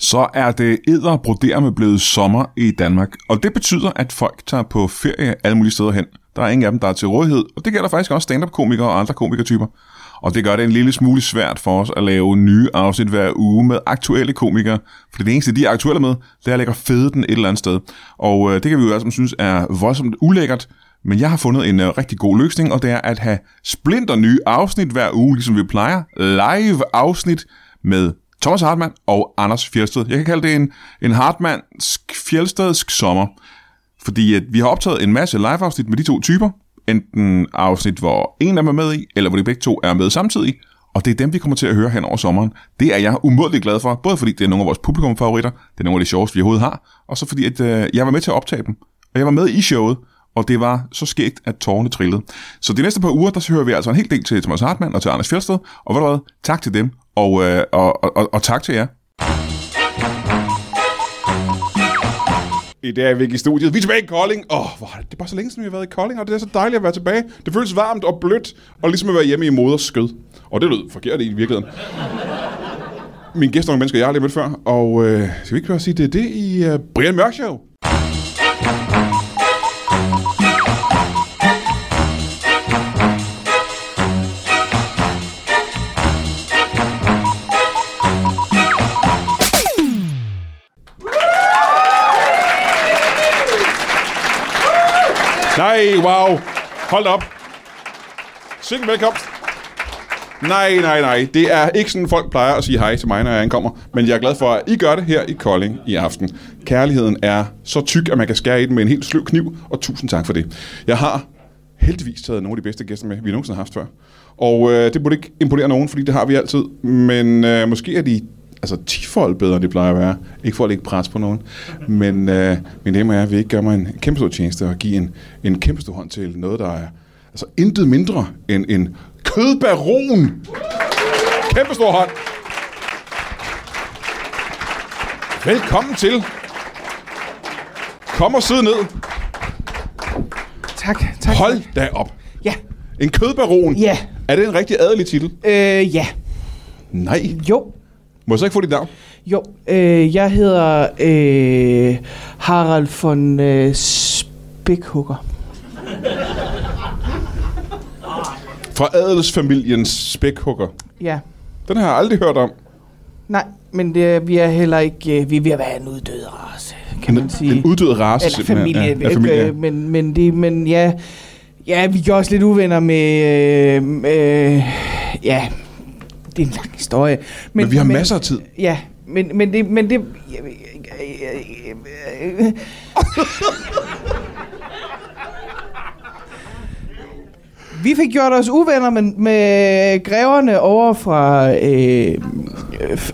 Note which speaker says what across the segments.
Speaker 1: så er det æder med blevet sommer i Danmark. Og det betyder, at folk tager på ferie alle mulige steder hen. Der er ingen af dem, der er til rådighed, og det gælder faktisk også stand-up-komikere og andre komikertyper. Og det gør det en lille smule svært for os at lave nye afsnit hver uge med aktuelle komikere, for det eneste, de er aktuelle med, det er at lægge fede den et eller andet sted. Og øh, det kan vi jo altså synes er voldsomt ulækkert, men jeg har fundet en øh, rigtig god løsning, og det er at have splinter nye afsnit hver uge, ligesom vi plejer. Live afsnit med Thomas Hartmann og Anders Fjeldsted. Jeg kan kalde det en, en Hartmannsk Fjeldstedsk sommer. Fordi at vi har optaget en masse live-afsnit med de to typer. Enten afsnit, hvor en af dem er med i, eller hvor de begge to er med samtidig. Og det er dem, vi kommer til at høre hen over sommeren. Det er jeg umådeligt glad for, både fordi det er nogle af vores publikumfavoritter, det er nogle af de sjoveste, vi overhovedet har, og så fordi at, øh, jeg var med til at optage dem. Og jeg var med i showet, og det var så skægt, at tårerne trillede. Så de næste par uger, der hører vi altså en hel del til Thomas Hartmann og til Anders Fjeldsted. Og ved du hvad, tak til dem, og, øh, og, og, og, og tak til jer. I dag er vi ikke i studiet. Vi er tilbage i Kolding. Åh, oh, hvor er det, det er bare så længe siden, vi har været i Kolding, og det er så dejligt at være tilbage. Det føles varmt og blødt, og ligesom at være hjemme i moders skød. Og det lød forkert i virkeligheden. Mine gæster er nogle mennesker, jeg aldrig har mødt før, og øh, skal vi ikke bare sige, det er det i øh, Brian Mørk Show? Nej, wow. Hold da op. Sikke velkomst. Nej, nej, nej. Det er ikke sådan, folk plejer at sige hej til mig, når jeg ankommer. Men jeg er glad for, at I gør det her i Kolding i aften. Kærligheden er så tyk, at man kan skære i den med en helt sløv kniv, og tusind tak for det. Jeg har heldigvis taget nogle af de bedste gæster med, vi nogensinde har haft før. Og øh, det burde ikke imponere nogen, fordi det har vi altid. Men øh, måske er de altså 10 fold bedre, end de plejer at være. Ikke for at lægge pres på nogen. Men øh, mine damer og herrer, vil I ikke gøre mig en kæmpe stor tjeneste og give en, en kæmpe stor hånd til noget, der er altså intet mindre end en kødbaron. Kæmpe stor hånd. Velkommen til. Kom og sid ned.
Speaker 2: Tak, tak.
Speaker 1: Hold da op.
Speaker 2: Ja,
Speaker 1: En kødbaron.
Speaker 2: Ja.
Speaker 1: Er det en rigtig adelig titel?
Speaker 2: øh, ja.
Speaker 1: Nej.
Speaker 2: Jo,
Speaker 1: Må jeg så ikke få dit navn?
Speaker 2: jo. Øh, jeg hedder øh, Harald von øh, Spækhugger.
Speaker 1: Fra adelsfamiliens spækhugger.
Speaker 2: Ja,
Speaker 1: Den har jeg aldrig hørt om.
Speaker 2: nej, men det, vi er heller ikke... Øh, vi er ved at være en uddød race, kan man sige.
Speaker 1: Den uddøde race
Speaker 2: Eller
Speaker 1: simpelthen.
Speaker 2: familie.
Speaker 1: Ja, ja, familie.
Speaker 2: Øh, men, men, det, men ja, ja, vi er også lidt uvenner med... Øh, øh, ja, det er en lang historie.
Speaker 1: Men vi har masser af tid.
Speaker 2: Ja, men, men det... Men det Vi fik gjort os uvenner med, med greverne over fra... Øh, øh,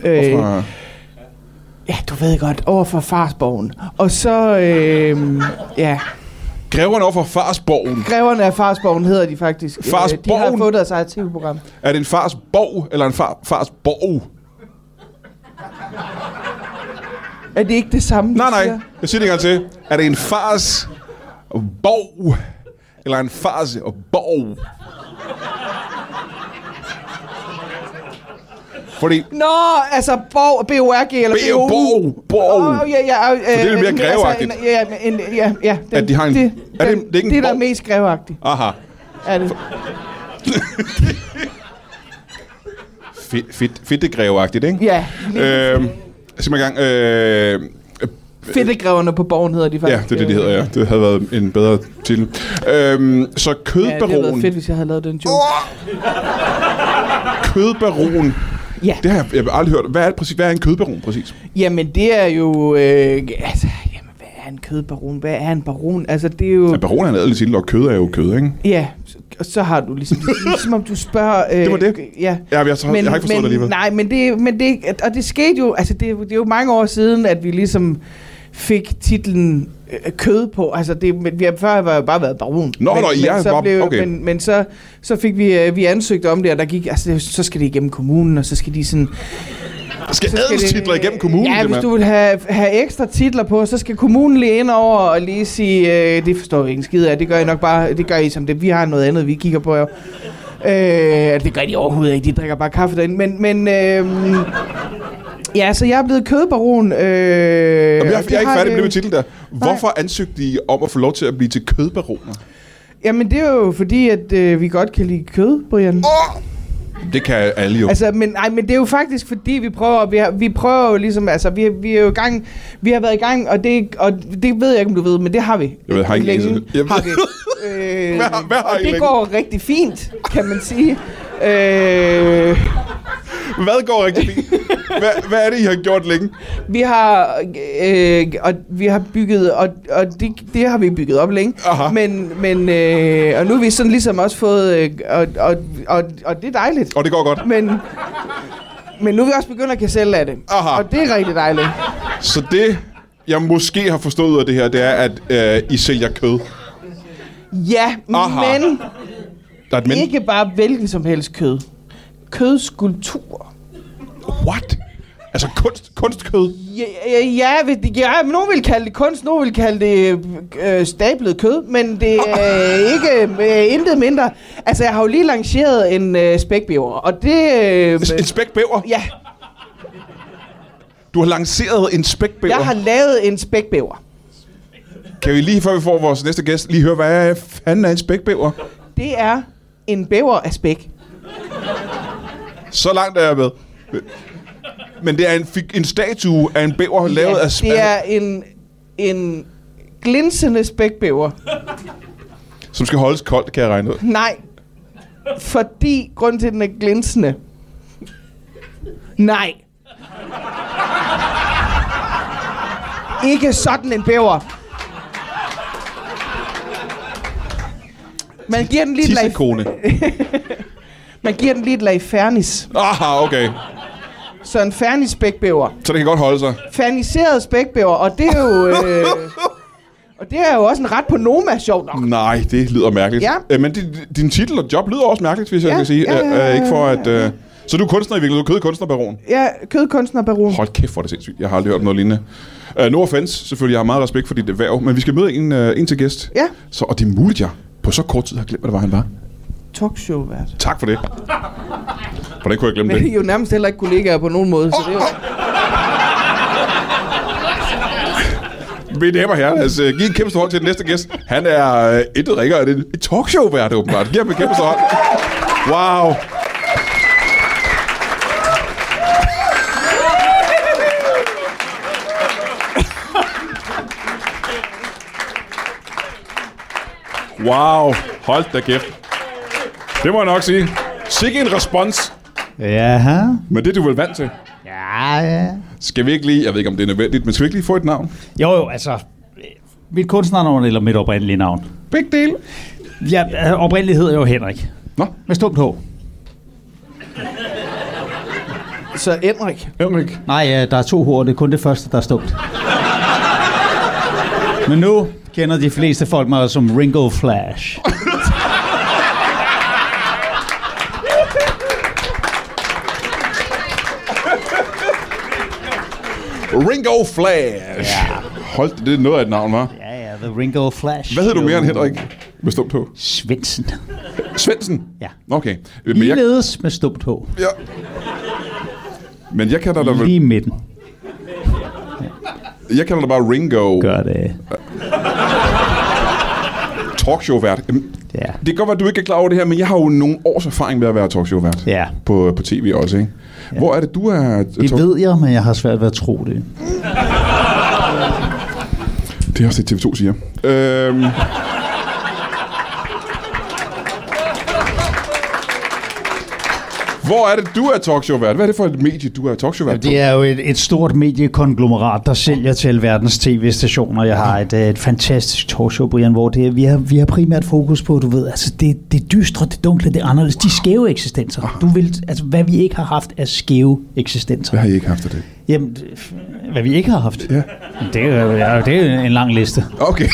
Speaker 2: øh,
Speaker 1: Fra,
Speaker 2: Ja, du ved godt, over fra Farsborgen. Og så... Øh, ja,
Speaker 1: greverne over for Farsborgen.
Speaker 2: Greverne af Farsborgen hedder de faktisk. Øh, De har
Speaker 1: Farsborgen?
Speaker 2: fået deres eget tv-program.
Speaker 1: Er det en Farsborg eller en far, Farsborg?
Speaker 2: Er det ikke det samme, du
Speaker 1: Nej, nej.
Speaker 2: siger?
Speaker 1: Jeg siger det en gang til. Er det en Farsborg eller en Farsborg? Fordi
Speaker 2: Nå, altså Borg, B-O-R-G eller
Speaker 1: B.O. Borg, Borg.
Speaker 2: Åh, ja, ja, øh,
Speaker 1: det er lidt mere
Speaker 2: men
Speaker 1: greveagtigt.
Speaker 2: Altså, en- ja, men en, ja, ja, den,
Speaker 1: At de har en-
Speaker 2: det,
Speaker 1: er det-
Speaker 2: den-
Speaker 1: det er ikke en
Speaker 2: det, der er
Speaker 1: borg?
Speaker 2: mest greveagtigt.
Speaker 1: Aha.
Speaker 2: Er det?
Speaker 1: Fedt, fedt, fedtegrevagtigt, ikke?
Speaker 2: Ja, øh,
Speaker 1: Øhm, sig mig i gang. Øh,
Speaker 2: Fedtegreverne på Borgen hedder de
Speaker 1: ja,
Speaker 2: faktisk.
Speaker 1: det er det, de hedder, ja. Det havde været en bedre titel. Øhm, så
Speaker 2: Ja, det havde været
Speaker 1: kødbaron.
Speaker 2: fedt, hvis jeg havde lavet den joke.
Speaker 1: kødbaron.
Speaker 2: ja.
Speaker 1: Det har jeg, jeg har aldrig hørt. Hvad er, det præcis, hvad er en kødbaron præcis?
Speaker 2: Jamen, det er jo... Øh, altså, jamen, hvad er en kødbaron? Hvad er en baron? Altså, det er jo...
Speaker 1: Ja, baron er en adelig titel, og kød er jo kød, ikke?
Speaker 2: Ja, så- og så har du ligesom... Det er ligesom om du spørger... Øh,
Speaker 1: Det var det.
Speaker 2: Ja.
Speaker 1: Ja, men jeg, tror, men, jeg har ikke forstået
Speaker 2: men,
Speaker 1: det alligevel.
Speaker 2: Nej, men det, men det, og det skete jo, altså det, det er jo mange år siden, at vi ligesom fik titlen øh, kød på. Altså det, men vi har før var jo bare været baron.
Speaker 1: Nå,
Speaker 2: men,
Speaker 1: nå, I er
Speaker 2: men, så
Speaker 1: bare-
Speaker 2: blev,
Speaker 1: okay.
Speaker 2: men, men så, så fik vi, øh, vi ansøgt om det, og der gik, altså det, så skal det igennem kommunen, og så skal de sådan...
Speaker 1: Skal
Speaker 2: så skal det-
Speaker 1: adelstitler igennem kommunen?
Speaker 2: Ja, hvis
Speaker 1: simpelthen?
Speaker 2: du vil have, have ekstra titler på, så skal kommunen lige ind over og lige sige, øh, det forstår vi ikke en skid af, det gør I nok bare, det gør I som det, vi har noget andet, vi kigger på jo. altså, Øh, det gør de overhovedet ikke, de drikker bare kaffe derinde, men, men øh, øhm, Ja, så jeg er blevet kødbaron. Øh, jeg,
Speaker 1: Jamen, jeg, jeg er ikke færdig med det med titlen der. Hvorfor ansøgte I om at få lov til at blive til kødbaroner?
Speaker 2: Jamen, det er jo fordi, at øh, vi godt kan lide kød, Brian.
Speaker 1: Det kan alle jo. Altså,
Speaker 2: Altså, men, ej, men det er jo faktisk fordi, vi prøver, vi, har, vi prøver jo ligesom, altså, vi, vi er jo i gang, vi har været i gang, og det, og det ved jeg ikke, om du ved, men det har vi.
Speaker 1: Jeg ved, har ikke
Speaker 2: længe,
Speaker 1: læst det. Jeg ved-
Speaker 2: har vi. Øh,
Speaker 1: Hvad har- hvad har
Speaker 2: og
Speaker 1: I
Speaker 2: det
Speaker 1: længe?
Speaker 2: går rigtig fint, kan man sige. Øh,
Speaker 1: hvad går rigtig fint? hvad, hvad er det, I har gjort længe?
Speaker 2: vi har øh, og vi har bygget og, og det, det har vi bygget op længe.
Speaker 1: Aha.
Speaker 2: Men men øh, og nu har vi sådan ligesom også fået øh, og, og, og, og det er dejligt.
Speaker 1: Og det går godt.
Speaker 2: Men men nu er vi også begyndt at kan sælge af det.
Speaker 1: Aha.
Speaker 2: Og det er rigtig dejligt.
Speaker 1: Så det, jeg måske har forstået ud af det her, det er, at øh, I sælger kød.
Speaker 2: Ja,
Speaker 1: Aha.
Speaker 2: Aha. men
Speaker 1: Der er et men.
Speaker 2: ikke bare hvilken som helst kød. Kødskulptur.
Speaker 1: What? Altså kunst, kunstkød?
Speaker 2: Ja, ja, ja, vil- ja, nogen vil kalde det kunst, nogen vil kalde det øh, stablet kød, men det er ikke øh, intet mindre. Altså, jeg har jo lige lanceret en øh, spækbjørn, og det... Øh,
Speaker 1: En spækbæver?
Speaker 2: ja,
Speaker 1: Du har lanceret en spækbæver.
Speaker 2: jeg har lavet en spækbjørn.
Speaker 1: Kan vi lige, før vi får vores næste gæst, lige høre, hvad fanden er en spækbæver?
Speaker 2: Det er en bæver af spæk.
Speaker 1: Så langt er jeg med. Men det er en, fik- en statue af en bæver ja, lavet af spæk,
Speaker 2: det er en, en glinsende spækbjørn.
Speaker 1: som skal holdes koldt, kan jeg regne ud.
Speaker 2: Nej. Fordi grunden til, at den er glinsende. Nej. Ikke sådan en bæver. Man giver den lige et lag,
Speaker 1: Tissekone.
Speaker 2: man giver den lige et lag fernis.
Speaker 1: Aha, okay.
Speaker 2: Så en fernis spækbæver.
Speaker 1: Så det kan godt holde sig.
Speaker 2: Ferniseret spækbæver, og det er jo... Øh, og det er jo også en ret på Noma, sjovt nok.
Speaker 1: Nej, det lyder mærkeligt.
Speaker 2: Ja.
Speaker 1: Øh, men din, din titel og job lyder også mærkeligt, hvis jeg
Speaker 2: Ja,
Speaker 1: kan sige.
Speaker 2: ja, ja,
Speaker 1: Øh, øh, ikke for
Speaker 2: ja,
Speaker 1: at... Øh, så du er kunstner i virkeligheden, du er kødkunstnerbaron.
Speaker 2: Ja, kødkunstnerbaron.
Speaker 1: Hold kæft, hvor er det sindssygt. Jeg har aldrig hørt om noget lignende. Uh, no offense, selvfølgelig. Jeg har meget respekt for dit erhverv, men vi skal møde en, uh, en til gæst.
Speaker 2: Ja.
Speaker 1: Så, og det er muligt, jeg på så kort tid har glemt, hvad det var, han var.
Speaker 2: Talkshow-vært.
Speaker 1: Tak for det. Hvordan kunne jeg glemme
Speaker 2: Men I
Speaker 1: det?
Speaker 2: er jo nærmest heller ikke kollegaer på nogen måde, så det er jo...
Speaker 1: Mine damer og herrer, lad os uh, give en kæmpe stor hånd til den næste gæst. Han er uh, intet ringer, det er et talkshow-vært åbenbart. Giv ham en kæmpe stor hånd. Wow. Wow, hold da kæft. Det må jeg nok sige. Sikke en respons,
Speaker 3: Jaha.
Speaker 1: men det er du vel vant til.
Speaker 3: Ja, ja.
Speaker 1: Skal vi ikke lige, jeg ved ikke om det er nødvendigt, men skal vi ikke lige få et navn?
Speaker 3: Jo, jo, altså... øh, Mit kunstnernavn eller mit oprindelige navn?
Speaker 1: Big deal.
Speaker 3: Ja, øh, oprindeligt hedder jeg jo Henrik.
Speaker 1: Nå,
Speaker 3: Med stumt H.
Speaker 2: Oh! Så Henrik.
Speaker 1: Henrik.
Speaker 3: Nej, ja, der er to H'er, det er kun det første, der er stumt. Men nu kender de fleste folk mig som Ringo Flash.
Speaker 1: Ringo Flash. Ja. Hold da, det er noget af et navn, var.
Speaker 3: Ja, ja, The Ringo Flash.
Speaker 1: Hvad hedder du mere end
Speaker 3: Show.
Speaker 1: Henrik? Med stumt på.
Speaker 3: Svendsen.
Speaker 1: Svendsen?
Speaker 3: Ja.
Speaker 1: Okay. Men jeg,
Speaker 3: Ligeledes med stumt H.
Speaker 1: ja. Men jeg kalder dig, vel-
Speaker 3: Lige i midten.
Speaker 1: jeg kalder dig bare Ringo,
Speaker 3: Gør det.
Speaker 1: talkshow-vært. Jamen,
Speaker 3: Ja.
Speaker 1: Det kan godt være, at du ikke er klar over det her, men jeg har jo nogle års erfaring med at være talkshow-vært.
Speaker 3: Ja.
Speaker 1: På, på tv også, ikke? Hvor er det, du er...
Speaker 3: Det ved jeg, men jeg har svært ved at tro det.
Speaker 1: Det er også det, TV2 siger. Øhm. Hvor er det, du er talkshow-vært? Hvad er det for et medie, du er talkshow-vært på?
Speaker 3: Det er jo et, et stort mediekonglomerat, der sælger til alverdens tv-stationer. Jeg har et, øh, et fantastisk talkshow, Brian, hvor det, er- vi, har, vi har primært fokus på, du ved, altså det, det dystre, det dunkle, det anderledes, de skæve eksistenser. Du vil, altså, hvad vi ikke har haft af skæve eksistenser.
Speaker 1: Hvad har I ikke haft af det?
Speaker 3: Jamen, det- hvad vi ikke har haft.
Speaker 1: Ja.
Speaker 3: Det, er, jo- ja, det er jo en lang liste.
Speaker 1: Okay.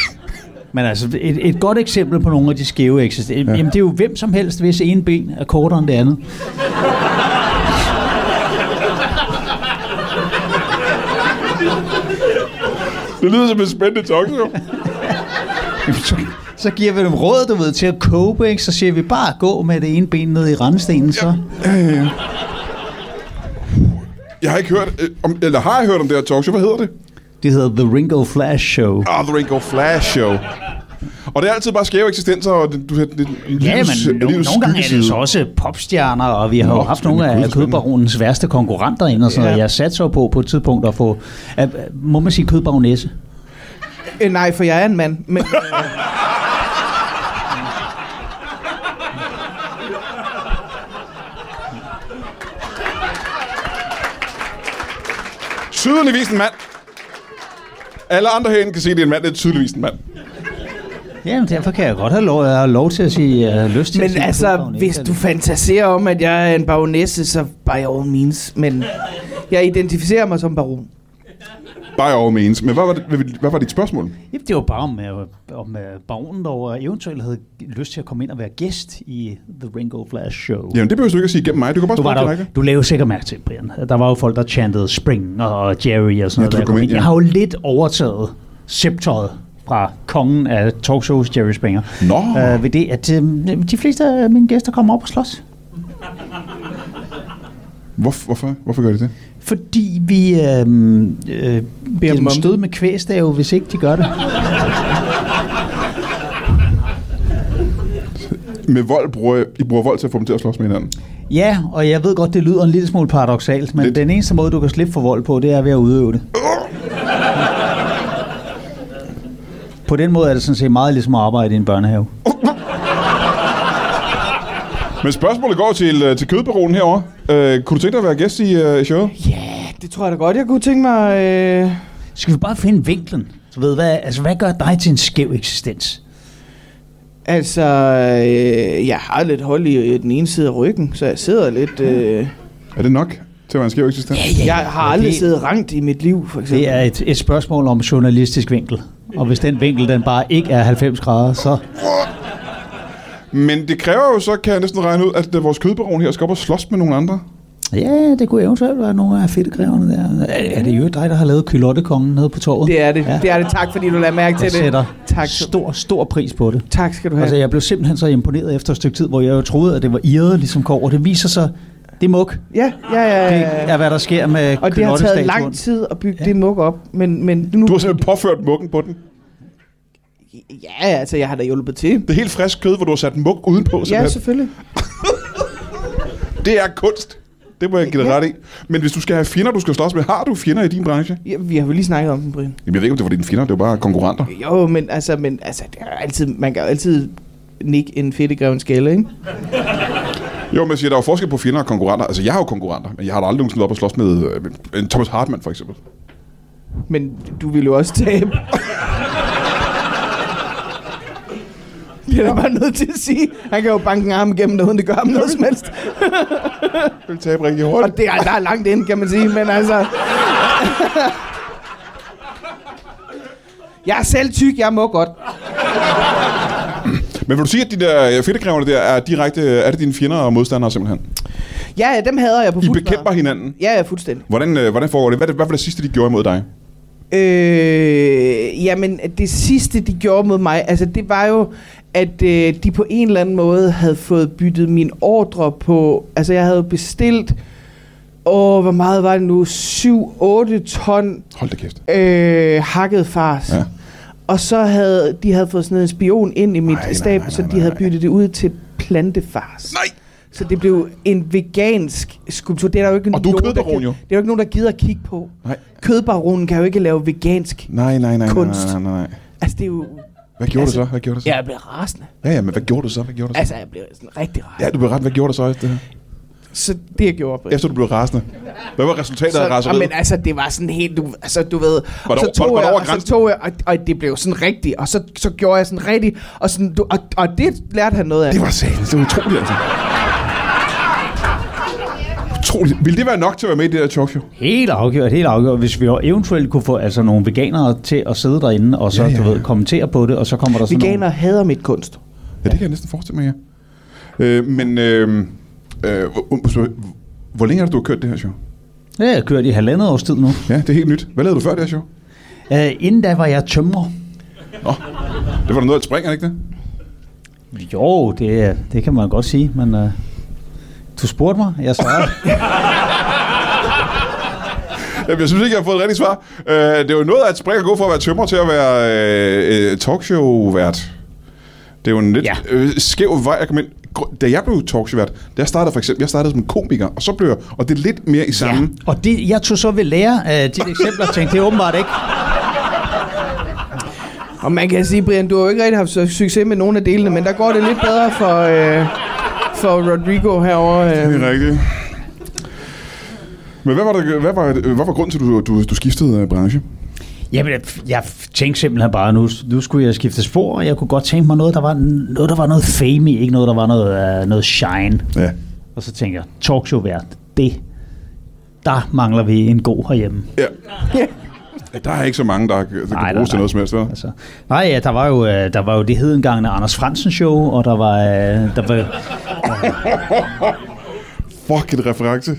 Speaker 3: Men altså, et, et godt eksempel på nogle af de skæve eksistenser, ja. jamen det er jo hvem som helst, hvis en ben er kortere end det andet.
Speaker 1: Det lyder som en spændende talkshow.
Speaker 3: Jamen, så, så giver vi dem råd, du ved, til at cope, ikke? Så siger vi bare, gå med det ene ben ned i randstenen, så.
Speaker 1: Ja, ja, ja. jeg har ikke hørt, øh, om, eller har jeg hørt om det her talkshow? Hvad hedder det?
Speaker 3: Det hedder The Ringo Flash Show.
Speaker 1: Ah, The Ringo Flash Show. Og det er altid bare skæve eksistenser, og det, du, det, det,
Speaker 3: Ja, men no, nogle gange er det
Speaker 1: skyggeside.
Speaker 3: så også popstjerner, og vi har
Speaker 1: Nå,
Speaker 3: jo haft nogle
Speaker 1: spændende,
Speaker 3: af
Speaker 1: gud, spændende.
Speaker 3: kødbaronens værste konkurrenter ind og sådan noget.
Speaker 2: Ja.
Speaker 3: Jeg satte så på på et tidspunkt at få, at, må man sige kødbaronesse?
Speaker 2: Øh, nej, for jeg er en mand. Men,
Speaker 1: Tydeligvis en mand. Alle andre herinde kan se, at det er en mand. Det er tydeligvis en mand.
Speaker 3: Jamen, derfor kan jeg godt have lov, jeg har lov til at sige, jeg har lyst til at
Speaker 2: men
Speaker 3: sige
Speaker 2: altså,
Speaker 3: kødbaronesse.
Speaker 2: hvis du fantaserer om, at jeg er en baronesse, så by all means. Men jeg identificerer mig som baron.
Speaker 1: By all means. Men hvad var, det, hvad- hvad var dit spørgsmål?
Speaker 3: Jamen, det var bare om, øh, om øh, baronen derovre eventuelt havde lyst til at komme ind og være gæst i The Ringo Flash Show.
Speaker 1: Jamen, det behøver du ikke at sige gennem mig. Du kan bare
Speaker 3: Du, var
Speaker 1: spørge
Speaker 3: der,
Speaker 1: direkte.
Speaker 3: jo- du lavede sikkert mærke til, Brian. Der var jo folk, der chantede Spring og Jerry
Speaker 1: Ja,
Speaker 3: og sådan noget.
Speaker 1: du
Speaker 3: da
Speaker 1: kom
Speaker 3: jeg kom
Speaker 1: ind,
Speaker 3: ind.
Speaker 1: ja.
Speaker 3: Jeg har jo lidt overtaget sceptøjet fra kongen af talkshows, Jerry Springer.
Speaker 1: Nå.
Speaker 3: Øh, ved det, at øh, de fleste af mine gæster kommer op og slås.
Speaker 1: Hvor, hvorfor? Hvorfor gør de det?
Speaker 3: Fordi vi øh, øh, beder
Speaker 2: dem
Speaker 3: dem
Speaker 2: om-
Speaker 3: stød med kvæstave, hvis ikke de gør det.
Speaker 1: Med vold bruger I bruger vold til at få dem til at slås med hinanden.
Speaker 3: Ja, og jeg ved godt, det lyder en lille smule paradoxalt, men
Speaker 1: Lidt.
Speaker 3: lidt. den eneste måde, du kan slippe for vold på, det er ved at udøve det. På den måde er det sådan set meget ligesom at arbejde i en børnehave.
Speaker 1: Men spørgsmålet går til, øh, til kødbaronen herovre. Øh, kunne du tænke dig at være gæst i øh, showet?
Speaker 2: Ja, det tror jeg da godt, jeg kunne tænke mig... Øh...
Speaker 3: Skal vi bare finde vinklen? Du ved, hvad, altså, hvad gør dig til en skæv eksistens?
Speaker 2: Altså, øh, jeg har lidt hold i øh, den ene side af ryggen, så jeg sidder lidt... Øh...
Speaker 1: Er det nok til at være en skæv eksistens?
Speaker 2: Jeg har aldrig
Speaker 3: det,
Speaker 2: siddet rangt i mit liv, for eksempel.
Speaker 3: det er et, et spørgsmål om journalistisk vinkel. Og hvis den vinkel, den bare ikke er 90 grader, så...
Speaker 1: Men det kræver jo så, kan jeg næsten regne ud, at øh, vores kødbaron her skal op og slås med nogle andre.
Speaker 3: Ja, det kunne eventuelt være nogle af fedtekræverne der. Er, er det jo dig, der har lavet kylottekongen nede på torvet?
Speaker 2: Det er det.
Speaker 3: Ja.
Speaker 2: Ja. Det er det. Tak, fordi du lader mærke til
Speaker 3: Jeg sætter
Speaker 2: det. Tak.
Speaker 3: stor, stor pris på det.
Speaker 2: Tak skal du have.
Speaker 3: Altså, jeg blev simpelthen så imponeret efter et stykke tid, hvor jeg jo troede, at det var irret, ligesom går. Og det viser sig, det er muk. Det
Speaker 2: Ja, ja, ja. ja, ja.
Speaker 3: er, hvad der sker med
Speaker 2: Og det har taget
Speaker 3: kylottestatuen.
Speaker 2: lang tid at bygge ja. det muk op, men, men nu...
Speaker 1: Du har simpelthen påført mukken på den.
Speaker 2: Ja, altså, jeg har da hjulpet til.
Speaker 1: Det er helt frisk kød, hvor du har sat muk udenpå.
Speaker 2: Ja,
Speaker 1: Simpelthen.
Speaker 2: selvfølgelig.
Speaker 1: Det er kunst. Det må jeg give dig ret i. Men hvis du skal have fjender, du skal slås med, har du fjender i din branche?
Speaker 2: Ja, vi har jo lige snakket om den, Brian.
Speaker 1: Jamen, jeg ved ikke, om det var dine fjender, det var bare konkurrenter.
Speaker 2: Jo, men altså, men, altså det er altid, man kan jo altid nikke en fedtegreven skalle, ikke?
Speaker 1: Jo, men jeg siger, der er jo forskel på fjender og konkurrenter. Altså, jeg har jo konkurrenter, men jeg har da aldrig nogensinde været op og slås med øh, med en Thomas Hartmann, for eksempel.
Speaker 2: Men du ville jo også tabe. Det er da bare nødt til at sige. Han kan jo banke en arm igennem, uden det gør ham noget som helst.
Speaker 1: Jeg vil tabe rigtig hurtigt.
Speaker 2: Og det er, der er langt ind, kan man sige, men altså... Jeg er selv tyk, jeg må godt.
Speaker 1: Men vil du sige, at de der øh, fedtekræverne der er direkte... Er det dine fjender og modstandere simpelthen?
Speaker 2: Ja, ja, dem hader jeg på
Speaker 1: I
Speaker 2: fuld
Speaker 1: bekæmper
Speaker 2: smadre.
Speaker 1: hinanden.
Speaker 2: Ja, ja, fuldstændig.
Speaker 1: Hvordan, øh, hvordan foregår det? Hvad, er det- hvad var det sidste, de gjorde imod dig?
Speaker 2: Øh, jamen, det sidste, de gjorde mod mig, altså det var jo, at øh, de på en eller anden måde havde fået byttet min ordre på... Altså, jeg havde bestilt... Åh, hvor meget var det nu? 7-8 ton
Speaker 1: Hold da kæft.
Speaker 2: øh, hakket fars.
Speaker 1: Ja.
Speaker 2: Ja. Og så havde de havde fået sådan en spion ind i mit
Speaker 1: Nej, nej,
Speaker 2: stab,
Speaker 1: nej,
Speaker 2: så
Speaker 1: nej,
Speaker 2: de havde
Speaker 1: nej.
Speaker 2: byttet det ud til plantefars.
Speaker 1: Nej!
Speaker 2: Så det blev en vegansk skulptur. Det er der jo ikke
Speaker 1: Og du er
Speaker 2: nogen, der,
Speaker 1: kødbaron
Speaker 2: gider-
Speaker 1: jo.
Speaker 2: Det er jo ikke nogen, der gider at kigge på.
Speaker 1: Nej.
Speaker 2: Kødbaronen kan jo ikke lave vegansk.
Speaker 1: Nej, nej, nej,
Speaker 2: Kunst.
Speaker 1: nej, nej, nej, nej.
Speaker 2: Altså, det er jo...
Speaker 1: Hvad gjorde
Speaker 2: Altså,
Speaker 1: du så? Hvad gjorde du så?
Speaker 2: Jeg blev rasende.
Speaker 1: Ja, ja, men hvad gjorde du så? Hvad gjorde du så?
Speaker 2: Altså, jeg blev sådan rigtig rasende.
Speaker 1: Ja, du blev ret. Hvad gjorde du så efter det her?
Speaker 2: Så det jeg gjorde, Brian.
Speaker 1: Efter du blev rasende. Hvad var resultatet af
Speaker 2: så,
Speaker 1: raseriet?
Speaker 2: men altså, det var sådan helt, du, altså, du ved,
Speaker 1: Var der-
Speaker 2: og så
Speaker 1: var-
Speaker 2: tog
Speaker 1: var der
Speaker 2: jeg,
Speaker 1: over
Speaker 2: og så
Speaker 1: grænsen?
Speaker 2: tog jeg, og, og det blev sådan rigtigt, og så, så gjorde jeg sådan rigtigt, og, sådan, du, og, og det lærte han noget af.
Speaker 1: Det var satan. Det var utroligt, altså. Utroligt. Ville det være nok til at være med i det der talkshow?
Speaker 3: Helt afgjort, helt afgjort. Hvis vi jo eventuelt kunne få altså, nogle veganere til at sidde derinde, og så
Speaker 1: Ja, ja,
Speaker 3: Du
Speaker 1: ja.
Speaker 3: ved, kommentere på det, og så kommer der sådan
Speaker 2: Veganer hader mit kunst.
Speaker 1: Ja, det kan jeg næsten forestille mig, ja. Øh, men, øh, øh, hvor, hvor- hvor længe har du har kørt det her show?
Speaker 3: nogle... Ja, jeg kørt i halvandet års tid nu.
Speaker 1: Ja, det er helt nyt. Hvad lavede du før det her show?
Speaker 3: Øh, inden da var jeg tømrer.
Speaker 1: Det var da noget af et spring, er det ikke det?
Speaker 3: Jo, det, det kan man godt sige, men øh, du spurgte mig, jeg svarede.
Speaker 1: Jamen, jeg synes ikke, jeg har fået et rigtigt svar. Øh, det er jo noget af et spring at gå fra at være tømmer til at være øh, øh, talkshow-vært. Det er jo en lidt ja.
Speaker 3: Ja.
Speaker 1: øh, skæv vej at komme ind. Gr- Da jeg blev talkshow-vært, der startede for eksempel, jeg startede som komiker, og så blev jeg, og det er lidt mere i samme. Ja.
Speaker 3: Og det, jeg tog så ved lære af dine eksempler og tænkte, det er åbenbart ikke.
Speaker 2: Og man kan sige, Brian, du har jo ikke rigtig haft så succes med nogen af delene, men der går det lidt bedre for, øh, for Rodrigo herovre. Øh.
Speaker 1: Det er rigtigt. Men hvad var, der, hvad var, hvad var grunden til, at du, du, du skiftede øh, branche?
Speaker 3: Jamen, jeg, jeg tænkte simpelthen bare, nu, nu skulle jeg skifte spor, og jeg kunne godt tænke mig noget, der var noget, der var noget fame i, ikke noget, der var noget, uh, noget shine.
Speaker 1: Ja.
Speaker 3: Og så tænker jeg, talkshow-vært, det, der mangler vi en god herhjemme.
Speaker 1: ja. Der er ikke så mange, der, der
Speaker 3: Nej,
Speaker 1: kan
Speaker 3: nej,
Speaker 1: bruges til
Speaker 3: nej.
Speaker 1: noget som helst. hva'?
Speaker 3: Altså, nej, ja, der var jo, øh, der var jo det hed engang en Anders Fransen show, og der var, øh, der var
Speaker 1: Fuck, et reference.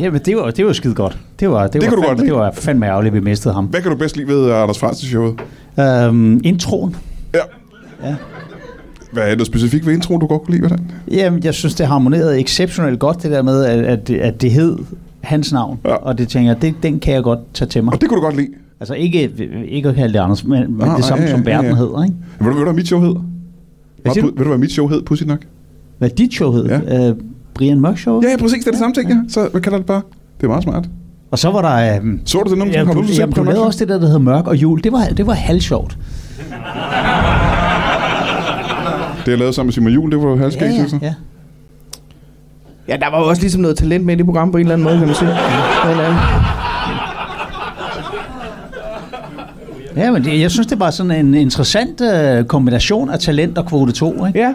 Speaker 3: jamen, det var, det var skide godt. Det var, det, det var,
Speaker 1: kan du
Speaker 3: fandme,
Speaker 1: godt lide.
Speaker 3: det var fandme ærgerligt, vi mistede ham.
Speaker 1: Hvad kan du bedst lide ved øh, Anders Fransen showet?
Speaker 3: Øhm, introen.
Speaker 1: Ja.
Speaker 3: Ja.
Speaker 1: Hvad er det specifikt ved introen, du godt kunne lide? Hvordan?
Speaker 3: Jamen, jeg synes, det harmonerede exceptionelt godt, det der med, at, at, det- at det hed hans navn.
Speaker 1: Ja.
Speaker 3: Ja. Og det tænker jeg, det, den kan jeg godt tage til mig.
Speaker 1: Og det kunne du godt lide.
Speaker 3: Altså ikke, ikke at kalde det Anders, men, men
Speaker 1: Ah,
Speaker 3: det samme,
Speaker 1: ja, ja,
Speaker 3: som
Speaker 1: ja,
Speaker 3: verden
Speaker 1: ja.
Speaker 3: hedder, ikke?
Speaker 1: Ved du, ved du, hvad mit show hed? Meget
Speaker 3: siger
Speaker 1: pu-
Speaker 3: du?
Speaker 1: Ved du, hvad mit show hed, pudsigt nok?
Speaker 3: Hvad dit show hed?
Speaker 1: Ja.
Speaker 3: Ja. Øh, Brian Mørk show?
Speaker 1: Ja, ja, præcis. Det er det samme ting, ja. Så hvad kalder det bare? Det er meget smart.
Speaker 3: Og så var der... Øh,
Speaker 1: Så du det nogen?
Speaker 3: jeg, jeg, jeg lavede også det der, der hedder Mørk og Jul. Det var, det var halvsjovt.
Speaker 1: Det, jeg lavede sammen med Simon Juhl, det var halvskæg, ja, ja, ja.
Speaker 3: ja.
Speaker 2: Ja, der var jo også ligesom noget talent med i det program på en eller anden måde, kan man sige. Men, øh,
Speaker 3: ja men det, jeg synes, det var sådan en interessant øh, kombination af talent og kvote 2, ikke?
Speaker 2: ja.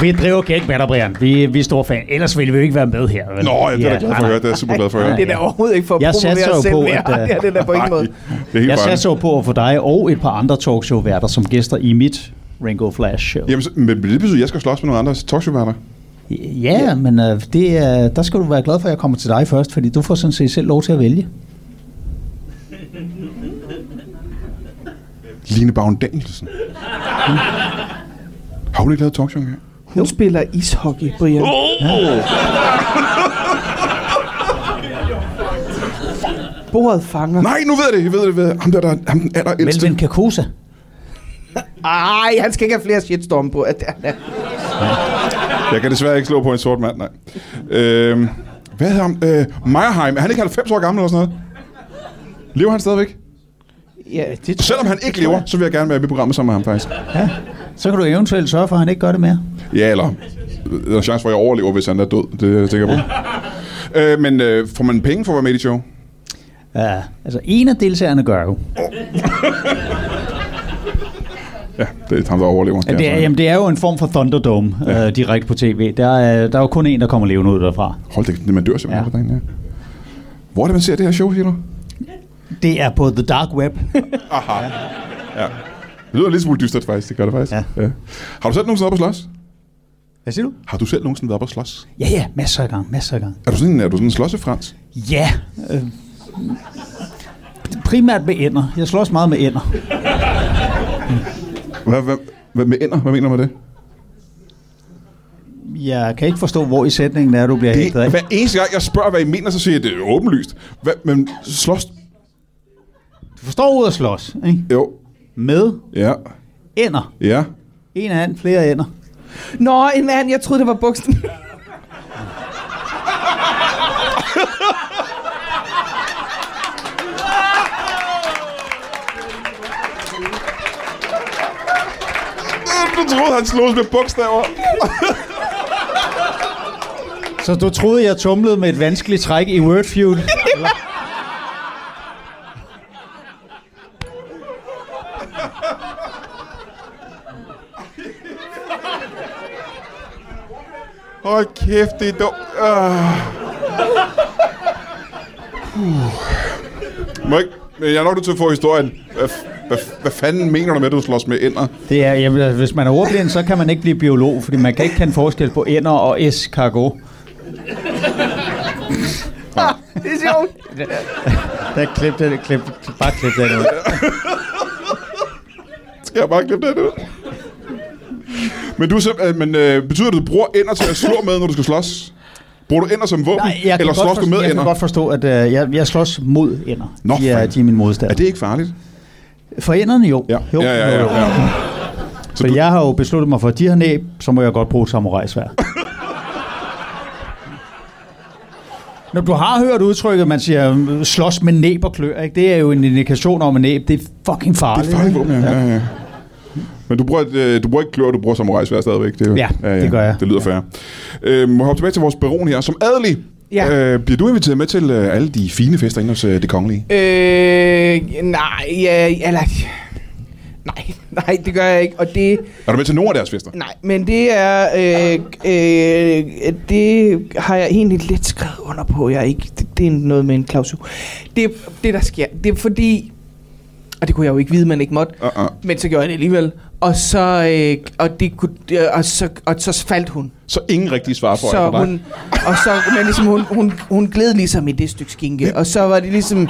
Speaker 3: Vi driver gæk med dig, Brian. Vi, vi er store fan. Ellers ville vi jo ikke være med her. Vel?
Speaker 1: Nå, ja, det er da glad for at høre. Det er jeg super glad for at høre.
Speaker 2: Det er da overhovedet ikke for at
Speaker 3: Jeg satser
Speaker 2: promovere
Speaker 3: jo
Speaker 2: os selv
Speaker 3: på,
Speaker 2: mere.
Speaker 3: at, øh,
Speaker 2: Det er det der på ingen måde.
Speaker 1: det er helt
Speaker 3: Jeg
Speaker 1: fejl.
Speaker 3: satte så på at få dig og et par andre talkshow-værter som gæster i mit Ringo Flash show.
Speaker 1: Jamen, så, men det betyder, at jeg skal slås med nogle andre talkshow-værter.
Speaker 3: Ja, men øh, det, øh, der skal du være glad for, at jeg kommer til dig først, fordi du får sådan set selv lov til at vælge.
Speaker 1: Line Baun Danielsen. Har hun ikke lavet talkshow engang?
Speaker 2: Hun spiller ishockey, Brian.
Speaker 3: Oh!
Speaker 2: Bordet fanger.
Speaker 1: Nej, nu ved jeg det. Jeg ved det. Jeg ved det. Ham der, der ham den allerældste.
Speaker 3: Melvin Kakusa.
Speaker 2: Ej, han skal ikke have flere shitstorm på. At, at, at.
Speaker 1: Jeg kan desværre ikke slå på en sort mand, nej. Øhm, hvad hedder han? Øh, Meyerheim. Er han ikke 90 år gammel eller sådan noget? Lever han stadigvæk?
Speaker 2: Ja, det
Speaker 1: Selvom han ikke lever, så vil jeg gerne være med i programmet sammen med ham, faktisk.
Speaker 3: Ja. Så kan du eventuelt sørge for, at han ikke gør det mere.
Speaker 1: Ja, eller der er chance for, at jeg overlever, hvis han er død. Det er jeg sikker på. Øh, men øh, får man penge for at være med i det show?
Speaker 3: Ja, altså en af deltagerne gør jo.
Speaker 1: Ja, det er ham, der overlever.
Speaker 3: Ja, det, er,
Speaker 1: altså-
Speaker 3: jamen, det er jo en form for Thunderdome ja. øh, direkte på tv. Der er, der er jo kun en, der kommer levende ud derfra.
Speaker 1: Hold da, man dør simpelthen ja.
Speaker 3: Ja.
Speaker 1: på dagen, ja. Hvor er det, man ser det her show, siger du?
Speaker 3: Det er på The Dark Web.
Speaker 1: Aha. Ja. Det lyder lidt smule dystert, faktisk. Det gør det faktisk.
Speaker 3: Ja.
Speaker 1: Har du selv nogensinde været på slås?
Speaker 3: Hvad siger du?
Speaker 1: Har du selv nogensinde været på slås?
Speaker 3: Ja, ja, masser af gang, masser af gang.
Speaker 1: Er du sådan, en- er du sådan en slåssefrans?
Speaker 3: Ja. Øh, primært med ender. Jeg slås meget med ender.
Speaker 1: Hvad, hvad, hvad med ender? Hvad mener du med det?
Speaker 3: Jeg kan ikke forstå, hvor i sætningen er, du bliver
Speaker 1: det
Speaker 3: hægtet af.
Speaker 1: hver eneste gang, jeg spørger, hvad I mener, så siger jeg, det er åbenlyst. Hvad, men slås...
Speaker 3: Du forstår ud at slås, ikke?
Speaker 1: Jo.
Speaker 3: Med
Speaker 1: Ja.
Speaker 3: ender.
Speaker 1: Ja.
Speaker 3: En anden, flere ender.
Speaker 2: Nå, en anden. Jeg troede, det var buksen.
Speaker 1: Øh, Du troede, han slås med bogstaver.
Speaker 3: Så du troede, jeg tumlede med et vanskeligt træk i Wordfeud? Eller?
Speaker 1: Hold kæft, det er dumt. Uh. Må jeg, ikke- men jeg er nok nødt til at få historien. Hvad, f- hvad, f- hvad fanden mener du med, at du slås med ender?
Speaker 3: Det er, jamen, altså, hvis man er ordblind, så kan man ikke blive biolog, fordi man kan ikke kende forskel på ender og escargot.
Speaker 2: Det er sjovt.
Speaker 3: Der klip det, klip, bare klip det. ud.
Speaker 1: Skal jeg bare klippe det ud? Men, du er simp- øh, men øh, betyder det, at du bruger ender til at slå med, når du skal slås? Bruger du ender som våben,
Speaker 3: Nej, jeg kan
Speaker 1: eller
Speaker 3: godt
Speaker 1: slås du
Speaker 3: forstå-
Speaker 1: med
Speaker 3: Jeg
Speaker 1: ender?
Speaker 3: kan godt forstå, at øh, jeg, jeg slås mod ender.
Speaker 1: Nå,
Speaker 3: de, er,
Speaker 1: fanden.
Speaker 3: de er min modstander.
Speaker 1: Er det ikke farligt?
Speaker 3: For enderne jo.
Speaker 1: Ja,
Speaker 3: jo
Speaker 1: ja, ja. ja,
Speaker 3: jo.
Speaker 1: ja.
Speaker 3: Så
Speaker 1: du-
Speaker 3: du... jeg har jo besluttet mig for, at de har næb, så må jeg godt bruge et samurajsvær. Når du har hørt udtrykket, man siger, "Mm, slås med næb og klør, ikke? det er jo en indikation om, at næb, det er fucking farligt.
Speaker 1: Det er farligt våben, ja. ja. ja, ja. Men du bruger, et, øh, du bruger ikke klør, du bruger samurajsvær stadigvæk. Det, er jo-
Speaker 3: Ja, det gør jeg.
Speaker 1: Det lyder fair. Øh, må jeg hoppe tilbage til vores baron her. Som adelig,
Speaker 2: Ja.
Speaker 1: øh, bliver du inviteret med til øh, alle de fine fester inde hos øh, det kongelige?
Speaker 2: Øh, nej, ja, eller... Nej, nej, det gør jeg ikke. Og det...
Speaker 1: Er du med til nogle af deres fester?
Speaker 2: Nej, men det er... Øh, øh, det har jeg egentlig lidt skrevet under på. Jeg er ikke, det, det er noget med en klausul. Det, det, der sker, det er fordi... Og det kunne jeg jo ikke vide, man ikke måtte.
Speaker 1: Uh-uh.
Speaker 2: Men så gjorde jeg det alligevel. Og så, øh, og det kunne, øh, og så, og så faldt hun.
Speaker 1: Så ingen rigtige svar for
Speaker 2: så
Speaker 1: dig.
Speaker 2: hun, og så, men ligesom hun, hun, hun gled ligesom i det stykke skinke. Og så var det ligesom...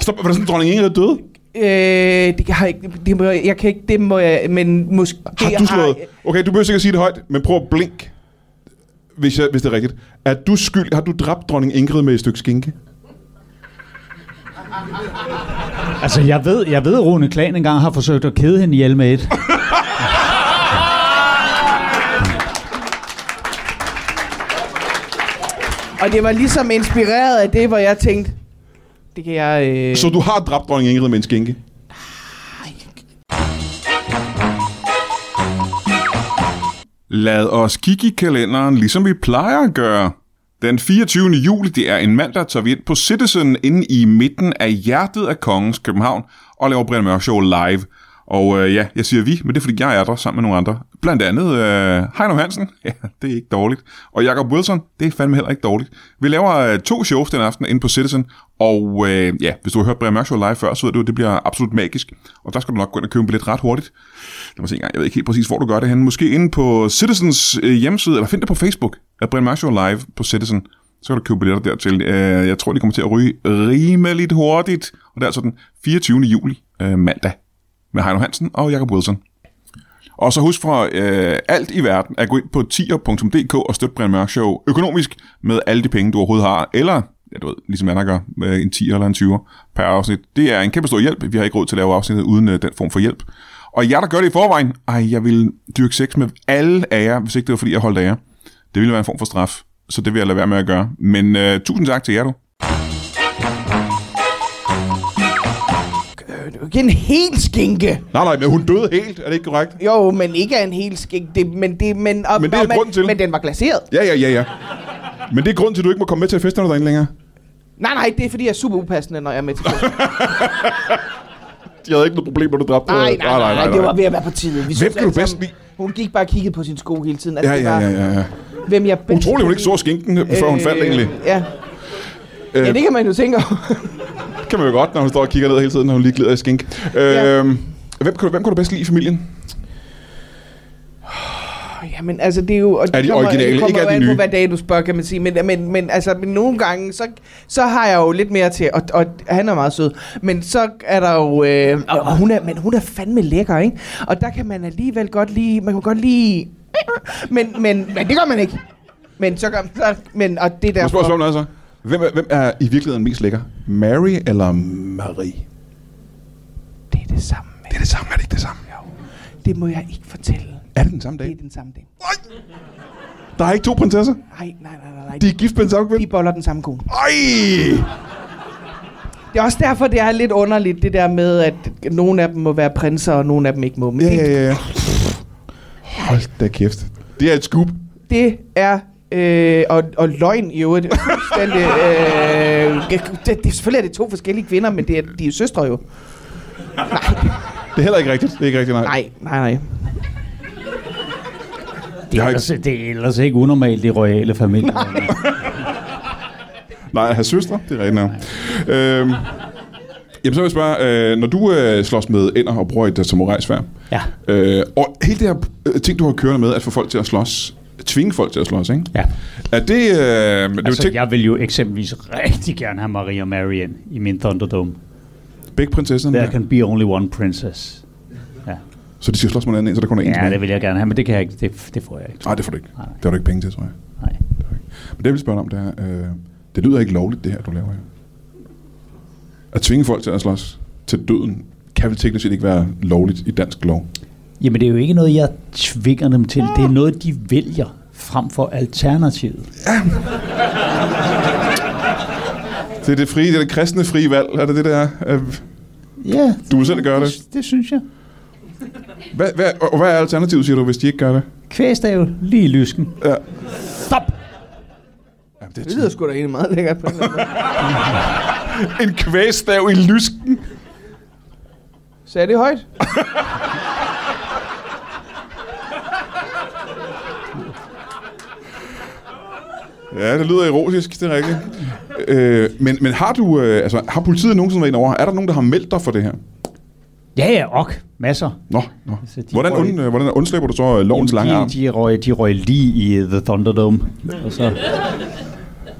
Speaker 1: Stop, var der sådan en dronning Ingrid, der døde?
Speaker 2: Øh, det har jeg ikke, det må, jeg jeg kan ikke, det må jeg, men måske...
Speaker 1: Har
Speaker 2: det
Speaker 1: du slået? Okay, du behøver sikkert sige det højt, men prøv at blink, hvis, jeg, hvis det er rigtigt. Er du skyld, har du dræbt dronning Ingrid med et stykke skinke?
Speaker 3: Altså, jeg ved, jeg ved, at Rune Klan engang har forsøgt at kede hende ihjel med et.
Speaker 2: Og det var ligesom inspireret af det, hvor jeg tænkte, det kan jeg... Øh...
Speaker 1: Så du har dræbt dronning Ingrid med en skinke? Lad os kigge i kalenderen, ligesom vi plejer at gøre. Den 24. juli, det er en mandag, tager vi ind på Citizen inde i midten af hjertet af Kongens København og laver Brian Mørk Show live. Og øh, ja, jeg siger vi, men det er fordi, jeg er der sammen med nogle andre. Blandt andet øh, Heino Hansen, ja, det er ikke dårligt. Og Jacob Wilson, det er fandme heller ikke dårligt. Vi laver øh, to shows den aften inde på Citizen, og øh, ja, hvis du har hørt Brian Mørk Show live før, så ved du, at det bliver absolut magisk. Og der skal du nok gå ind og købe en billet ret hurtigt. Lad mig se engang. Jeg ved ikke helt præcis, hvor du gør det henne. Måske inde på Citizens øh, hjemmeside, eller find det på Facebook. At Brian Mørk Show Live på Citizen. Så kan du købe billetter dertil. Øh, jeg tror, de kommer til at ryge rimeligt hurtigt. Og det er altså den 24. juli øh, mandag. Med Heino Hansen og Jacob Wilson. Og så husk fra øh, alt i verden at gå ind på tier.dk og støtte Brian Mørk Show økonomisk med alle de penge, du overhovedet har. Eller, ja, du ved, ligesom andre gør, med en 10 eller en 20 per afsnit. Det er en kæmpe stor hjælp. Vi har ikke råd til at lave afsnittet uden øh, den form for hjælp. Og jer, der gør det i forvejen, ej, jeg vil dyrke sex med alle af jer, hvis ikke det var fordi, jeg holdt af jer. Det ville være en form for straf, så det vil jeg lade være med at gøre. Men øh, tusind tak til jer, du.
Speaker 2: Øh, det er jo ikke en hel skinke.
Speaker 1: Nej, nej, men hun døde helt, er det ikke korrekt?
Speaker 2: Jo, men ikke af en hel skinke. Det, men, det, men, og,
Speaker 1: Men det er
Speaker 2: og man,
Speaker 1: grunden til.
Speaker 2: Men den var glaseret.
Speaker 1: Ja, ja, ja, ja. Men det er grunden til, at du ikke må komme med til festerne derinde længere.
Speaker 2: Nej, nej, det er fordi, jeg er super upassende, når jeg er med til det.
Speaker 1: Jeg havde ikke noget problem, når du dræbte...
Speaker 2: nej, nej, nej, nej, nej, det var ved at være på tide. Vi synes
Speaker 1: kan du
Speaker 2: alle
Speaker 1: bedst
Speaker 2: sammen-
Speaker 1: lide?
Speaker 2: Hun gik bare og kiggede på sin sko hele tiden.
Speaker 1: Ja,
Speaker 2: det
Speaker 1: ja,
Speaker 2: var,
Speaker 1: ja, ja, ja.
Speaker 2: Hvem jeg bedst
Speaker 1: Utroligt, hun ikke så
Speaker 2: kunne
Speaker 1: skinken,
Speaker 2: lide.
Speaker 1: før hun
Speaker 2: Øh,
Speaker 1: faldt egentlig.
Speaker 2: Ja.
Speaker 1: Øh,
Speaker 2: ja, det kan man jo tænke over.
Speaker 1: det kan man jo godt, når hun står og kigger ned hele tiden, når hun lige glider i skink. Øh,
Speaker 2: Ja.
Speaker 1: hvem, kan du, hvem kan du bedst lide i familien?
Speaker 2: Jamen, altså, det er jo... Og det
Speaker 1: Er de originale,
Speaker 2: det kommer
Speaker 1: ikke er
Speaker 2: jo
Speaker 1: de
Speaker 2: an
Speaker 1: nye?
Speaker 2: på, hvad dag du spørger, kan man sige. Men, men, men, altså, men nogle gange, så, så har jeg jo lidt mere til... Og, og han er meget sød. Men så er der jo... Øh, og, og hun er, men hun er fandme lækker, ikke? Og der kan man alligevel godt lide... Man kan godt lide... Men, men, men det gør man ikke. Men så gør man... Så, men, og det
Speaker 1: Må
Speaker 2: der...
Speaker 1: jeg spørge os om noget så? Hvem er, hvem er i virkeligheden mest lækker? Mary eller Marie?
Speaker 2: Det er det samme.
Speaker 1: Det er det samme, er det ikke det samme?
Speaker 2: Det må jeg ikke fortælle.
Speaker 1: Er det den samme dag?
Speaker 2: Det er den samme dag.
Speaker 1: Der er ikke to prinsesser?
Speaker 2: Nej, nej, nej, nej. nej.
Speaker 1: De er gift med den samme kvinde?
Speaker 2: de boller den samme kone.
Speaker 1: Ej!
Speaker 2: Det er også derfor, det er lidt underligt, det der med, at nogle af dem må være prinser, og nogle af dem ikke må. Men
Speaker 1: Ja,
Speaker 2: det,
Speaker 1: ja, ja. Hold da kæft. Det er et scoop.
Speaker 2: det er... Øh, og, og løgn i øvrigt. Fuldstændig, øh, det, det, selvfølgelig er det to forskellige kvinder, men det er, de er jo søstre jo.
Speaker 1: Det er heller ikke rigtigt. Det er ikke rigtigt, nej.
Speaker 2: Nej, nej, nej.
Speaker 3: Det er,
Speaker 1: har
Speaker 3: ellers, det er ellers ikke unormalt i royale familier.
Speaker 1: Nej, at have søstre, det er rigtigt nok. Øhm, jamen, så vil jeg spørge, øh, når du øh, slås med ender og bruger et øh, samurajsvær,
Speaker 3: Ja.
Speaker 1: øh, og hele det her øh, ting, du har kørende med, at få folk til at slås, tvinge folk til at slås, ikke?
Speaker 3: ja.
Speaker 1: Er det... Øh, det er jo
Speaker 3: Altså,
Speaker 1: ting,
Speaker 3: jeg vil jo eksempelvis rigtig gerne have Maria Marian i min Thunderdome.
Speaker 1: begge prinsesserne.
Speaker 3: There
Speaker 1: der.
Speaker 3: can be only one princess. Ja.
Speaker 1: Så de skal slås med hinanden, så der kun er en
Speaker 3: Ja,
Speaker 1: tilbage.
Speaker 3: det vil jeg gerne have, men det kan jeg ikke. Det, det får jeg ikke.
Speaker 1: Nej, det får du ikke.
Speaker 3: Nej.
Speaker 1: Det har du ikke penge til, tror jeg.
Speaker 3: Nej.
Speaker 1: Men det, jeg vil spørge dig om, det er, øh, det lyder ikke lovligt, det her, du laver her. At tvinge folk til at slås til døden, kan vel teknisk set ikke være lovligt i dansk lov.
Speaker 3: Jamen, det er jo ikke noget, jeg tvinger dem til. Det er noget, de vælger frem for alternativet.
Speaker 1: Det er det frie, det er det kristne frie valg, er det det der? Øh,
Speaker 3: Ja,
Speaker 1: Du må selv gøre det.
Speaker 3: det, det synes jeg.
Speaker 1: hvad, hvad, og hvad er alternativet, siger du, hvis de ikke gør det?
Speaker 3: Kvæstav lige i lysken.
Speaker 1: Ja.
Speaker 2: Stop!
Speaker 1: Ja, det er
Speaker 2: Det lyder sgu da egentlig meget lækkert. på en eller anden måde.
Speaker 1: en kvæstav i lysken.
Speaker 2: Sagde jeg det højt?
Speaker 1: Ja, det lyder erotisk, det er rigtigt. Øh, men, men har du, øh, altså, har politiet nogensinde været ind over? Er der nogen, der har meldt dig for det her?
Speaker 3: Ja, ja, ok. Masser.
Speaker 1: Nå, nå.
Speaker 3: Altså, de
Speaker 1: Hvordan,
Speaker 3: får
Speaker 1: und,
Speaker 3: lidt-
Speaker 1: øh, hvordan undslipper du så øh, lovens lange arm?
Speaker 3: de, de, røg, de røg lige i øh, The Thunderdome. Og så,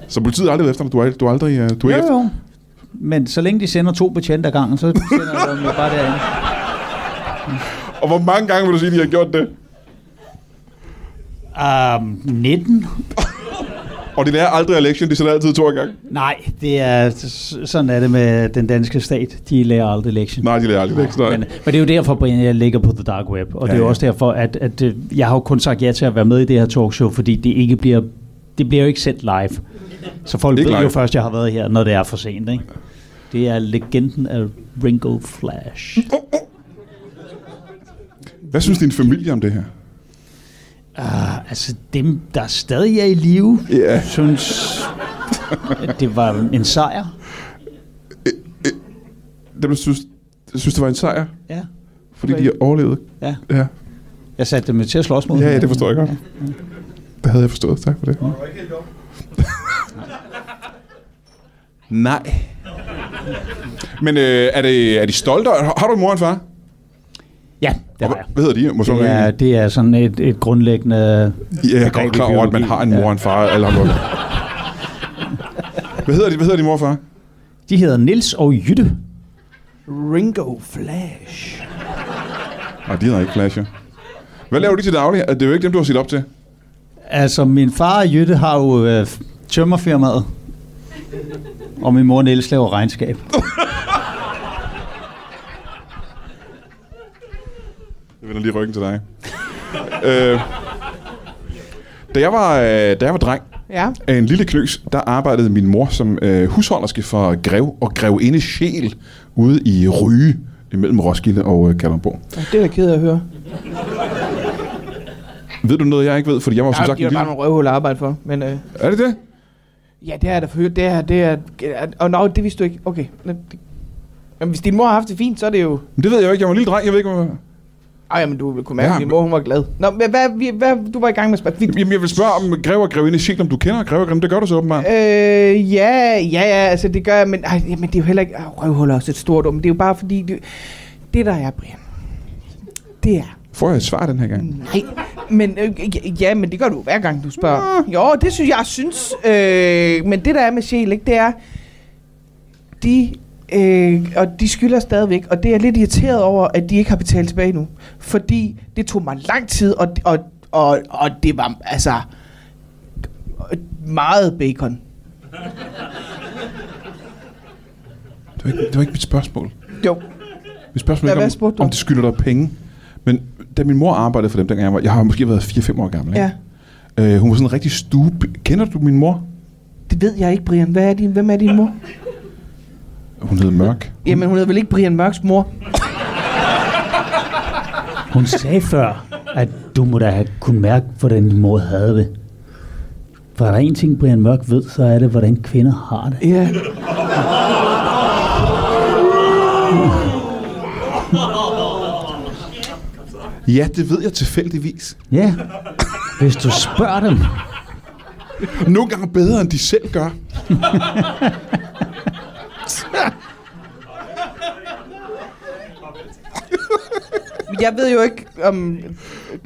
Speaker 1: Så politiet har aldrig været efter dig? Du er, du er aldrig... øh, Du er ikke
Speaker 3: jo, jo. Men så længe de sender to betjente ad gangen, så sender de dem jo bare derinde.
Speaker 1: efter- Og hvor mange gange vil du sige, at de har gjort det?
Speaker 3: Um, 19?
Speaker 1: Og det er aldrig election, de sætter altid to i gang.
Speaker 3: Nej, det er, s- sådan er det med den danske stat. De lærer aldrig lektion.
Speaker 1: Nej, de lærer aldrig election.
Speaker 3: Men,
Speaker 1: Nej.
Speaker 3: men det er jo derfor, Brian, jeg ligger på The Dark Web. Og ja, det er jo
Speaker 1: ja.
Speaker 3: også derfor, at, at øh, jeg har jo kun sagt ja til at være med i det her talkshow, fordi det ikke bliver, det bliver jo ikke sendt live. Så folk
Speaker 1: Ikke
Speaker 3: ved jo
Speaker 1: live.
Speaker 3: først, at jeg har været her, når det er for sent. Ikke? Det er legenden af Ringo Flash.
Speaker 1: Oh, oh. Hvad synes din familie om det her?
Speaker 3: Ah, altså dem, der stadig er i live,
Speaker 1: Ja.
Speaker 3: synes, at det var en sejr.
Speaker 1: Dem, der synes, synes, det var en sejr,
Speaker 3: Ja,
Speaker 1: fordi de har overlevet.
Speaker 3: ja.
Speaker 1: Ja,
Speaker 3: Jeg satte dem jo til at slås mod.
Speaker 1: ja, ja det
Speaker 3: hinanden.
Speaker 1: forstår jeg godt. Det havde jeg forstået. Tak for det. Nej. Men øh, er, det, er de stolte? Har har du en mor og en far?
Speaker 3: Ja, det
Speaker 1: Og
Speaker 3: har
Speaker 1: hvad-
Speaker 3: jeg.
Speaker 1: Hvad hedder de? Må så
Speaker 3: Det er, det er sådan et, et grundlæggende...
Speaker 1: Ja, jeg er
Speaker 3: begreb
Speaker 1: godt
Speaker 3: i
Speaker 1: klar over, at man
Speaker 3: biologi.
Speaker 1: har en mor og en far. Alle har noget. Hvad hedder de? Hvad hedder de mor og far?
Speaker 3: De hedder Nils og Jytte.
Speaker 2: Ringo Flash.
Speaker 1: Nej, de hedder ikke Flash, ja. Hvad laver de til daglig? Det er jo ikke dem, du har set op til.
Speaker 3: Altså, min far og Jytte har jo øh, tømmerfirmaet. Og min mor Niels laver regnskab.
Speaker 1: Jeg vender lige ryggen til dig. øh, da, jeg var, øh, da jeg var dreng
Speaker 2: Ja.
Speaker 1: af en lille knøs, der arbejdede min mor som øh, husholderske for Grev og Grevinde Sjæl ude i Ryge imellem Roskilde og øh, Kalundborg.
Speaker 2: Ja, Det er jeg ked af at høre.
Speaker 1: Ved du noget, jeg ikke ved? Fordi jeg var som
Speaker 2: Ja,
Speaker 1: sagt...
Speaker 2: det er
Speaker 1: en
Speaker 2: bare nogle røvhuller at arbejde for. Men øh,
Speaker 1: lille... Er det det?
Speaker 2: ja, det er der for hørt. Det er, det er... Og nå, det vidste du ikke. Okay. Nå, det- Jamen, hvis din mor har haft det fint, så er det jo...
Speaker 1: Men det ved jeg jo ikke. Jeg var en lille dreng. Jeg ved ikke, hvad...
Speaker 2: Ej, Ah, jamen, du ville kunne mærke,
Speaker 1: Ja,
Speaker 2: at din
Speaker 1: men-
Speaker 2: mor hun var glad. Nå, men hvad, vi- hvad, du var i gang med at spørge. Vi-
Speaker 1: Jamen, jeg vil spørge om Grev og Grevinde Sjæl, om du kender Grev og Grevinde. Det gør du så åbenbart.
Speaker 2: Øh, ja, ja, ja, altså det gør jeg, men, ej, men det er jo heller ikke... Øh, røvhuller er også et stort ord, men det er jo bare fordi... Det, det der er, Brian, det er...
Speaker 1: Får jeg et svar den her gang?
Speaker 2: Nej, men øh, ja, ja, men det gør du hver gang, du spørger. Jo, det synes jeg, synes. Øh, men det der er med sjæl, ikke, det er, de, øh, og de skylder stadigvæk, og det er jeg lidt irriteret over, at de ikke har betalt tilbage nu. Fordi det tog mig lang tid, og, og, og, og det var altså meget bacon.
Speaker 1: Det var ikke, det var ikke mit spørgsmål.
Speaker 2: Jo.
Speaker 1: Mit spørgsmål
Speaker 2: Ja,
Speaker 1: er ikke,
Speaker 2: hvad
Speaker 1: om,
Speaker 2: spurgte du
Speaker 1: om
Speaker 2: om?
Speaker 1: de skylder dig penge. Men da min mor arbejdede for dem, dengang jeg var... Jeg har måske været 4-5 år gammel, ikke?
Speaker 2: Ja.
Speaker 1: Øh, hun var sådan en rigtig stue... Kender du min mor?
Speaker 2: Det ved jeg ikke, Brian. Hvad er din, hvem er din mor?
Speaker 1: Hun hed Mørk.
Speaker 2: Jamen, hun hedder vel ikke Brian Mørks mor?
Speaker 3: Hun sagde før, at du må da have kunne mærke, hvordan din mor havde det. For er der en ting, Brian Mørk ved, så er det, hvordan kvinder har det.
Speaker 2: Ja.
Speaker 1: Ja, det ved jeg tilfældigvis.
Speaker 3: Ja, hvis du spørger dem.
Speaker 1: Nogle gange bedre, end de selv gør.
Speaker 2: Jeg ved jo ikke, om...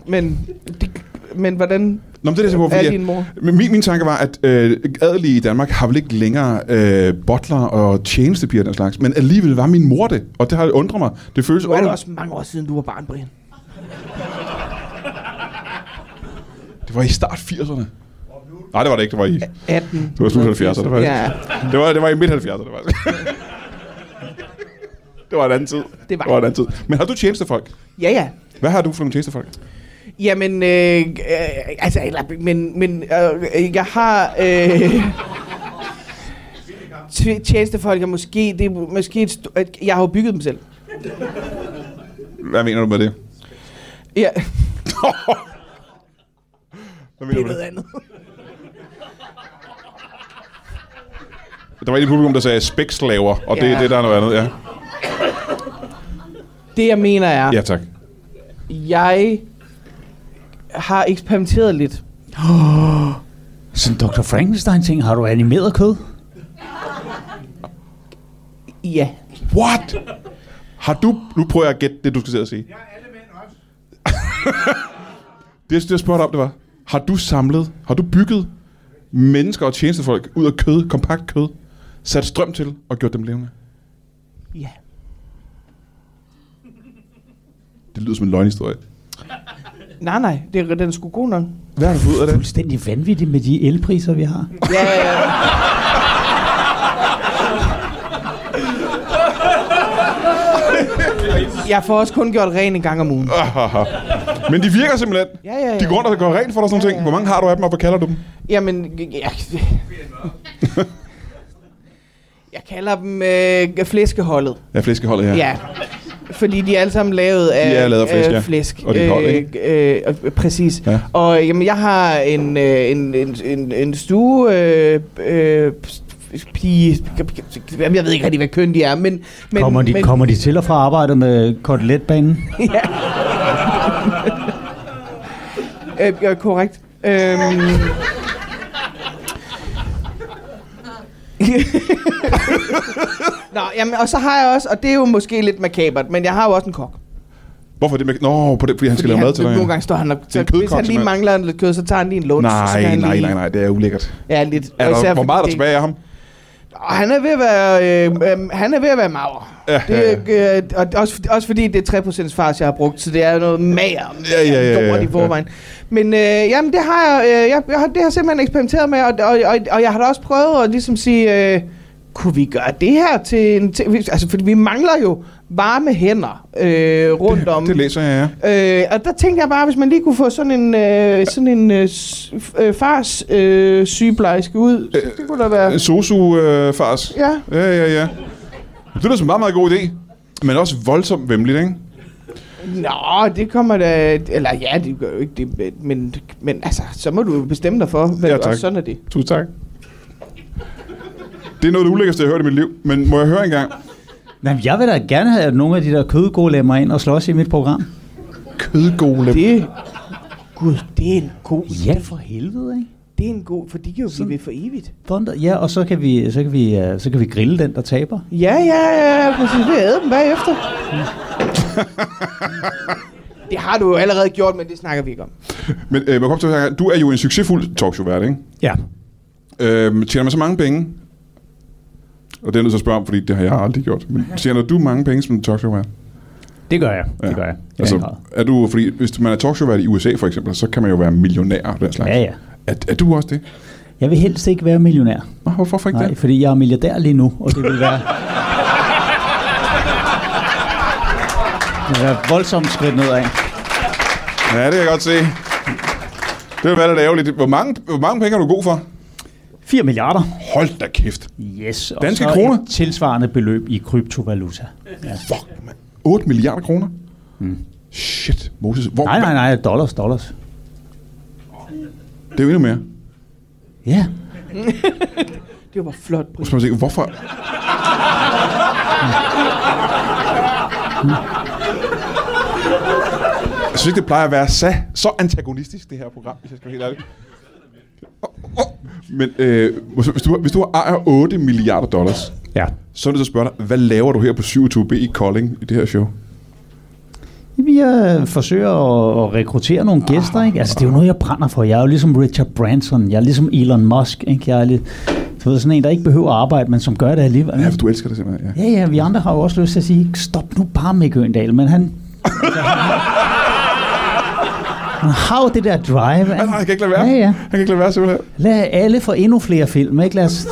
Speaker 2: Men, det, men hvordan...
Speaker 1: Nå, men det er det, jeg på,
Speaker 2: Er
Speaker 1: fordi...
Speaker 2: din mor?
Speaker 1: jeg- Men min, min tanke var, at øh, adelige i Danmark har vel ikke længere øh, bottler og tjenestepiger og den slags, men alligevel var min mor det, og det har undret mig. Det føles
Speaker 2: Nu er det
Speaker 1: under-
Speaker 2: også mange år siden, du var barn, Brian.
Speaker 1: Det var i start 80'erne. Nej, det var det ikke. Det var i...
Speaker 2: 18.
Speaker 1: Det var slut 70'erne, faktisk.
Speaker 2: Ja.
Speaker 1: Det var, det var i midt 70'erne, faktisk. det var en anden tid.
Speaker 2: Det var-
Speaker 1: det var en anden tid. Men har du tjenestefolk?
Speaker 2: Ja, ja.
Speaker 1: Hvad har du for nogle tjenestefolk?
Speaker 2: Jamen, øh, øh, altså, eller, men, men øh, jeg har... Øh, tj- tjenestefolk er måske... Det er måske et st- at jeg har jo bygget dem selv.
Speaker 1: Hvad mener du med det?
Speaker 2: Ja,
Speaker 1: Hvad mener
Speaker 2: det
Speaker 1: du med
Speaker 2: er noget
Speaker 1: det?
Speaker 2: andet.
Speaker 1: Der var en i publikum, der sagde spækslaver, og det er
Speaker 2: Ja.
Speaker 1: det, der er noget andet, ja.
Speaker 2: Det, jeg mener, er...
Speaker 1: Ja, tak.
Speaker 2: Jeg har eksperimenteret lidt.
Speaker 3: Sådan Dr. Frankenstein ting, har du animeret kød?
Speaker 2: Ja.
Speaker 1: What? Har du... Nu prøver jeg at gætte det, du skal sidde og sige. Ja, alle mænd også. det, det, jeg spurgte om, det var... Har du samlet... Har du bygget mennesker og tjenestefolk ud af kød, kompakt kød, sat strøm til og gjort dem levende?
Speaker 2: Ja.
Speaker 1: Det lyder som en løgnhistorie.
Speaker 2: Nej, nej, det, er- den er sgu god nok.
Speaker 1: Hvad har du fået ud af det?
Speaker 3: Fuldstændig vanvittigt med de elpriser, vi har.
Speaker 2: Ja, ja, ja. Jeg får også kun gjort ren en gang om ugen.
Speaker 1: Men de virker simpelthen.
Speaker 2: Ja, ja, ja.
Speaker 1: De går rundt og går rent for dig og sådan ja, ting. Hvor mange har du af dem, og hvad kalder du dem?
Speaker 2: Jamen, ja. Jeg kalder dem øh, flæskeholdet.
Speaker 1: Ja, flæskeholdet her.
Speaker 2: Ja. Fordi de er alle sammen lavet af,
Speaker 1: er lavet af flæsk, ja.
Speaker 2: flæsk.
Speaker 1: Og det er et hold, ikke?
Speaker 2: øh, øh, øh, præcis.
Speaker 1: Ja.
Speaker 2: Ja. Og jamen, jeg har en, øh, en, en, en, en stue... Øh, øh, pige, jamen, jeg ved ikke rigtig, hvad køn de er, men... men
Speaker 3: Kommer de,
Speaker 2: men,
Speaker 3: kommer de til og fra arbejde med koteletbanen?
Speaker 2: Øh, ja, korrekt. Øhm. Nå, jamen, og så har jeg også, og det er jo måske lidt makabert, men jeg har jo også en kok.
Speaker 1: Hvorfor er det med... Nå, på det, fordi han skal
Speaker 2: Fordi
Speaker 1: lave
Speaker 2: han,
Speaker 1: mad til dig.
Speaker 2: Nogle
Speaker 1: ja.
Speaker 2: gange står han og...
Speaker 1: er en
Speaker 2: Så, hvis
Speaker 1: kødkok,
Speaker 2: han lige
Speaker 1: simpelthen.
Speaker 2: mangler lidt kød, så tager han lige en lunch. så skal
Speaker 1: Nej,
Speaker 2: han
Speaker 1: nej,
Speaker 2: lige,
Speaker 1: nej, nej, det er ulækkert.
Speaker 2: Ja, lidt.
Speaker 1: Er
Speaker 2: især
Speaker 1: der, hvor
Speaker 2: fordi
Speaker 1: meget er der
Speaker 2: det-
Speaker 1: tilbage af ham?
Speaker 2: Og han er ved at være, øh, øh, han er ved at være mager.
Speaker 1: Ja,
Speaker 2: Det, øh, og også, også fordi det er 3% fars, jeg har brugt, så det er noget mager.
Speaker 1: Ja, ja, ja, ja,
Speaker 2: lort i
Speaker 1: ja.
Speaker 2: forvejen. Men øh, jamen, det har jeg, øh, jeg, jeg, har, det har jeg simpelthen eksperimenteret med, og, og, og, og jeg har da også prøvet at ligesom sige, øh, kunne vi gøre det her til en ting? Altså, fordi vi mangler jo varme hænder øh, rundt om.
Speaker 1: Det læser jeg, ja.
Speaker 2: Øh, og der tænkte jeg bare, hvis man lige kunne få sådan en, øh, sådan en øh, s- f- øh, fars øh, sygeplejerske ud, så det kunne da
Speaker 1: øh,
Speaker 2: være...
Speaker 1: Sosu-fars.
Speaker 2: Ja.
Speaker 1: Ja, ja, ja. Det lyder som en meget, meget god idé. Men også voldsomt vemmeligt, ikke?
Speaker 2: Nå, det kommer da... Eller ja, det gør jo ikke det, men- men, men altså, så må du jo bestemme dig for, hvad
Speaker 1: Ja,
Speaker 2: ja,
Speaker 1: tak.
Speaker 2: og sådan er det.
Speaker 1: Tusind tak. Det er noget af det ulækkerste, jeg har hørt i mit liv. Men må jeg høre engang?
Speaker 3: Jamen, jeg vil da gerne have nogle af de der kødgolemmer ind og slås i mit program.
Speaker 1: Kødgolem.
Speaker 2: Det... Gud, det er en god...
Speaker 3: Ja, for helvede, ikke?
Speaker 2: Det er en god, for de kan jo blive
Speaker 3: Sådan.
Speaker 2: ved for evigt.
Speaker 3: Thunder. Ja, og så kan, vi, så, kan vi, øh, så kan vi grille den, der taber.
Speaker 2: Ja, ja, ja, præcis. Vi æder dem bagefter. det har du jo allerede gjort, men det snakker vi ikke om.
Speaker 1: Men øh, man kommer til at høre, du er jo en succesfuld talkshow-vært, ikke?
Speaker 3: Ja.
Speaker 1: Øh, tjener man så mange penge? Og det er jeg nødt til at spørge om, fordi det har jeg aldrig gjort. Men tjener du mange penge som talkshow-vært?
Speaker 3: Det gør jeg.
Speaker 1: Ja.
Speaker 3: Det gør jeg. I den grad.
Speaker 1: Altså, er du, fordi hvis man er talkshow-vært i USA for eksempel, så kan man jo være millionær og den slags.
Speaker 3: Ja, ja.
Speaker 1: Er, er du også det?
Speaker 3: Jeg vil helst ikke være millionær.
Speaker 1: Nå, hvorfor ikke
Speaker 3: Nej,
Speaker 1: det?
Speaker 3: fordi jeg er milliardær lige nu, og det vil være... Det vil være voldsomt skridt nedad.
Speaker 1: Ja, det kan jeg godt se. Det vil være lidt ærgerligt. Hvor mange, hvor mange penge er du god for?
Speaker 3: 4 milliarder.
Speaker 1: Hold da kæft.
Speaker 3: Yes. Og
Speaker 1: Danske
Speaker 3: så
Speaker 1: kroner?
Speaker 3: Et tilsvarende beløb i kryptovaluta.
Speaker 1: Fuck, mand. 8 milliarder kroner? Mm. Shit, Moses. Hvor,
Speaker 3: Nej, nej, nej. Dollars, dollars.
Speaker 1: Det er jo endnu mere.
Speaker 3: Ja.
Speaker 2: Det var flot,
Speaker 1: Så
Speaker 2: Brian.
Speaker 1: man tænker, hvorfor? Jeg synes ikke, det plejer at være så, så antagonistisk, det her program, hvis jeg skal være helt ærlig. Åh, åh. Men øh, hvis, hvis du, hvis du ejer 8 milliarder dollars,
Speaker 3: Ja.
Speaker 1: så er det så at spørge dig, hvad laver du her på 27B i Kolding i det her show?
Speaker 3: Vi øh, forsøger at, at rekruttere nogle gæster, ikke? Altså, det er jo noget, jeg brænder for. Jeg er jo ligesom Richard Branson. Jeg er ligesom Elon Musk, ikke? Jeg er lidt, du ved, sådan en, der ikke behøver at arbejde, men som gør det alligevel.
Speaker 1: Ja, for du elsker det simpelthen, ja.
Speaker 3: Mm. Ja, ja, vi andre har jo også lyst til at sige, stop nu bare med Gøndal, men han... Han har jo det der drive.
Speaker 1: Han, han kan ikke lade være.
Speaker 3: Ja, ja.
Speaker 1: Han kan ikke lade være simpelthen.
Speaker 3: Lad alle få endnu flere film, ikke? Lad os...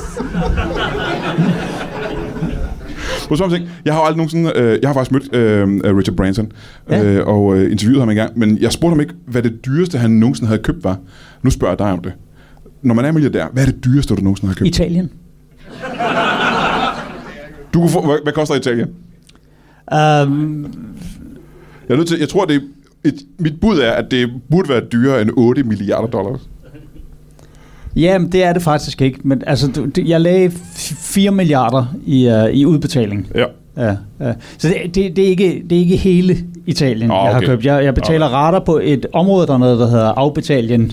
Speaker 1: Prøv at spørge om en ting. Jeg har jo aldrig nogensinde, øh, jeg har faktisk mødt øh, øh, Richard Branson
Speaker 3: Ja.
Speaker 1: øh, og øh, interviewet ham engang, men jeg spurgte ham ikke, hvad det dyreste, han nogensinde havde købt var. Nu spørger jeg dig om det. Når man er milliardær, hvad er det dyreste, du nogensinde har købt?
Speaker 3: Italien.
Speaker 1: Du kunne få, hvad, hvad koster Italien?
Speaker 3: Um,
Speaker 1: Jeg, er nødt til, jeg tror, det er et, mit bud er, at det burde være dyrere end 8 milliarder dollars.
Speaker 3: jamen, det er det faktisk ikke. Men altså, du, du- jeg lagde f- 4 milliarder i, uh, i udbetaling.
Speaker 1: Ja.
Speaker 3: Ja, ja. Så det, det, det, er ikke, det er ikke hele Italien,
Speaker 1: Nå,
Speaker 3: oh, okay. jeg har
Speaker 1: okay.
Speaker 3: købt. Jeg, jeg betaler okay. rater på et område dernede, der hedder Afbetalien.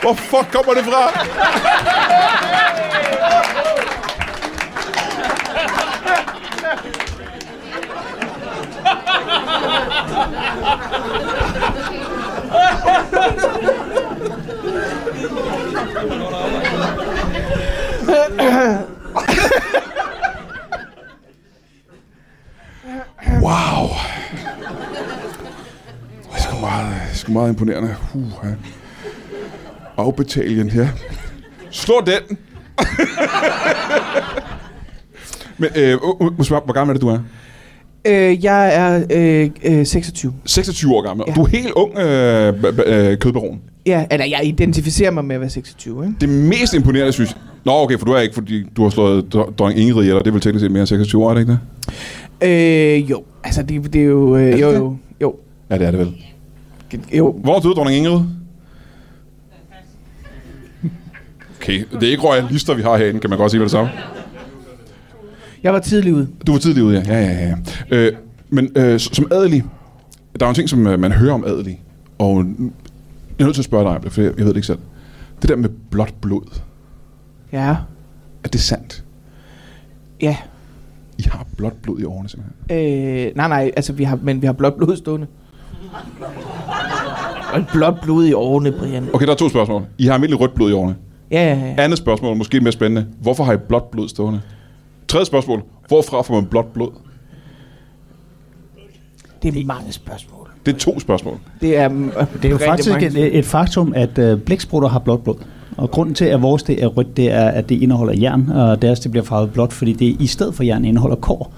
Speaker 1: Hvor fuck kommer det fra? Wow. Det er sgu meget, det er sgu meget imponerende. Uh, ja. Afbetalingen her. Slå den! Men øh, uh, uh, spørge, hvor gammel er det, du er?
Speaker 2: Øh, jeg er øh, øh, 26.
Speaker 1: 26 år gammel. Ja.
Speaker 2: Ja.
Speaker 1: Du er helt ung øh, b- b- øh, kødbaron.
Speaker 2: Ja, eller jeg identificerer mig med at være 26, ikke?
Speaker 1: Det mest imponerende, synes jeg... Nå, okay, for du er ikke, fordi du har slået dr- dronning Ingrid ihjel, og det er vel teknisk set mere end 26 år, er det ikke det?
Speaker 2: Øh, jo. Altså, det, det er jo... Øh,
Speaker 1: det
Speaker 2: jo,
Speaker 1: det?
Speaker 2: jo, jo.
Speaker 1: Ja, det er det vel.
Speaker 2: Jo,
Speaker 1: Hvornår døde dronning Ingrid? Okay, det er ikke royalister, vi har herinde, kan man godt sige med det samme.
Speaker 2: jeg var tidlig ude.
Speaker 1: Du var tidlig ude, ja. ja, ja, ja. Øh, men øh, s- som adelig, der er jo en ting, som øh, man hører om adelig, og n- jeg er nødt til at spørge dig om det, for jeg, jeg ved det ikke selv. Det der med blåt blod,
Speaker 2: Ja,
Speaker 1: er det sandt?
Speaker 2: ja.
Speaker 1: I har blåt blod i årene, simpelthen.
Speaker 2: Øh, nej, nej, altså, vi har, men vi har blot blod stående. Og et blot blod i årene, Brian.
Speaker 1: Okay, der er to spørgsmål. I har almindelig rødt blod i årene.
Speaker 2: Ja, ja, ja.
Speaker 1: Andet spørgsmål, måske mere spændende. Hvorfor har I blåt blod stående? Tredje spørgsmål. Hvorfra får man blåt blod?
Speaker 2: Det er mange spørgsmål.
Speaker 1: Det er to spørgsmål.
Speaker 2: Det er, øh,
Speaker 3: Det er jo faktisk et, et faktum, at øh, blæksprutter har blåt blod. Og grunden til, at vores det er rødt, det er, at det indeholder jern, og deres det bliver farvet blåt, fordi det i stedet for jern indeholder kår.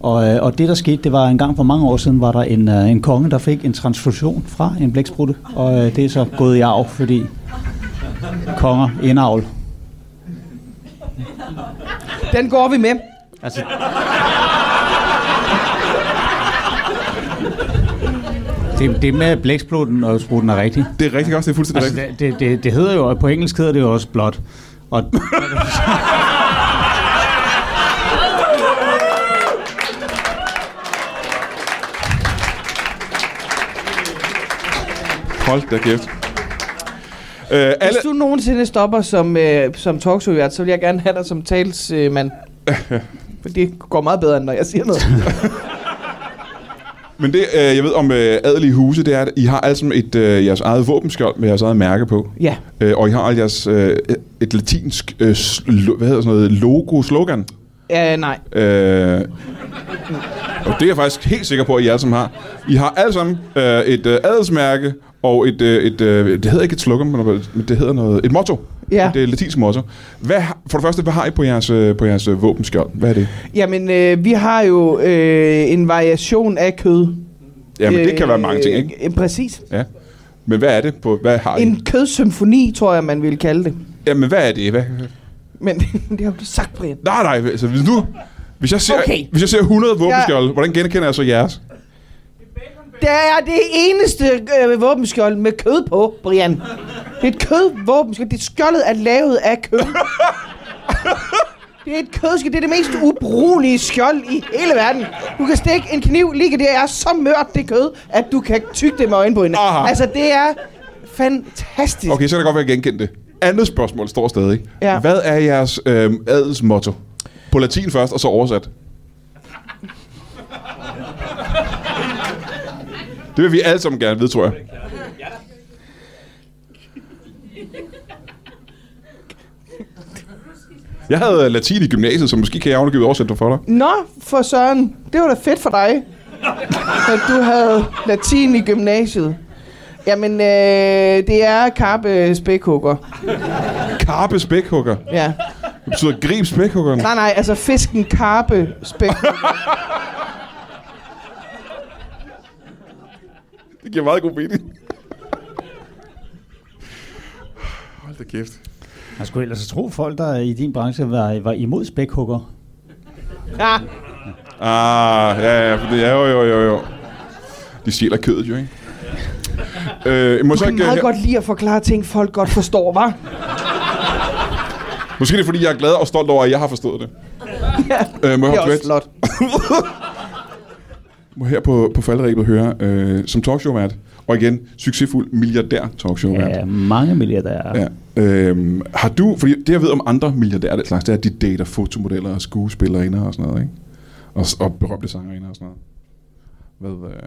Speaker 3: Og, øh, og det, der skete, det var en gang for mange år siden, var der en, øh, en konge, der fik en transfusion fra en blæksprutte, og øh, det er så gået i arv, fordi konger indavl.
Speaker 2: Den går vi med.
Speaker 3: Altså, det, det med blæksprutten og sprutten er rigtigt.
Speaker 1: Det er rigtigt også, det er fuldstændig
Speaker 3: Altså,
Speaker 1: rigtigt.
Speaker 3: det, det, det, det hedder jo, på engelsk hedder det jo også blot. Og
Speaker 1: Hold da kæft. Øh, alle...
Speaker 2: Hvis du nogensinde stopper som, øh, som talkshow så vil jeg gerne have dig som talsmand. For det går meget bedre, end når jeg siger noget.
Speaker 1: Men det, øh, jeg ved om øh, adelige huse, det er, at I har alle sammen et, øh, jeres eget våbenskjold med jeres eget mærke på.
Speaker 2: Ja,
Speaker 1: Øh, og I har alle jeres, øh, et latinsk, øh, slo- hvad hedder sådan noget, logo, slogan.
Speaker 2: øh, nej.
Speaker 1: Øh, og det er jeg faktisk helt sikker på, at I alle sammen har. I har alle sammen øh, et øh, adelsmærke og et, øh, et øh, det hedder ikke et slogan, men noget- men det hedder noget, et motto.
Speaker 2: Ja.
Speaker 1: Det er et latinsk motto. Hvad, har- for det første, hvad har I på jeres, øh, på jeres øh, våbenskjold? Hvad er det?
Speaker 2: Jamen, øh, vi har jo øh, en variation af kød.
Speaker 1: Jamen, det kan være mange ting, ikke?
Speaker 2: Øh, præcis.
Speaker 1: Ja. Men hvad er det? På, hvad har I?
Speaker 2: En kødsymfoni, tror jeg, man ville kalde det.
Speaker 1: Jamen, hvad er det? Hvad?
Speaker 2: Men det har du sagt, Brian.
Speaker 1: Nej, nej, altså hvis nu... Hvis jeg ser, okay.
Speaker 2: Okay.
Speaker 1: hvis jeg ser 100 våbenskjolde, ja. hvordan genkender jeg så jeres?
Speaker 2: Der er det eneste øh, våbenskjold med kød på, Brian. Det er et kødvåbenskjold. Det skjoldet er lavet af kød. Det er et kødskjold. Det er det mest ubrugelige skjold i hele verden. Du kan stikke en kniv lige det er så mørt det kød, at du kan tygge det med øjenbrynene.
Speaker 1: Aha.
Speaker 2: Altså, det er fantastisk.
Speaker 1: Okay, så kan det godt være, at jeg genkendte det. Andet spørgsmål står stadig. Ja.
Speaker 2: Ja.
Speaker 1: Hvad er jeres øh, adelsmotto? På latin først, og så oversat. Det vil vi alle sammen gerne vide, tror jeg. Jeg havde øh, latin i gymnasiet, så måske kan jeg ovenikøbet oversætte det for dig.
Speaker 2: Nå, for søren. Det var da fedt for dig, at du havde latin i gymnasiet. Jamen, øh, det er karpe spækhugger.
Speaker 1: Karpe spækhugger.
Speaker 2: Ja.
Speaker 1: Det betyder grib spækhuggeren.
Speaker 2: Nej, nej, altså fisken karpe spækhugger.
Speaker 1: Det giver meget god mening. Hold da kæft.
Speaker 3: Jeg skulle ellers tro, folk, der i din branche var, var imod spækhugger.
Speaker 2: Ja.
Speaker 1: Ah, ja, ja, for det er jo, jo, jo, jo. De stjæler kødet jo, ikke? Øh, må
Speaker 2: Du
Speaker 1: så
Speaker 2: kan
Speaker 1: ikke,
Speaker 2: meget
Speaker 1: her-
Speaker 2: godt lide at forklare ting, folk godt forstår, var.
Speaker 1: Måske er det er, fordi jeg er glad og stolt over, at jeg har forstået det. øh, må
Speaker 2: Det
Speaker 1: jeg
Speaker 2: er
Speaker 1: hoppe
Speaker 2: også
Speaker 1: tilbage?
Speaker 2: flot.
Speaker 1: må her på, på falderæbet høre, øh, som talkshow-vært, og igen, succesfuld milliardær talkshow-vært.
Speaker 3: Ja, mange milliardærer.
Speaker 1: Ja. Øhm, har du, fordi det jeg ved om andre milliardærer og den slags, det er, at de dater fotomodeller og skuespillerinder og sådan noget, ikke? Og, og berømte sangerinder og sådan noget. Hvad, øh,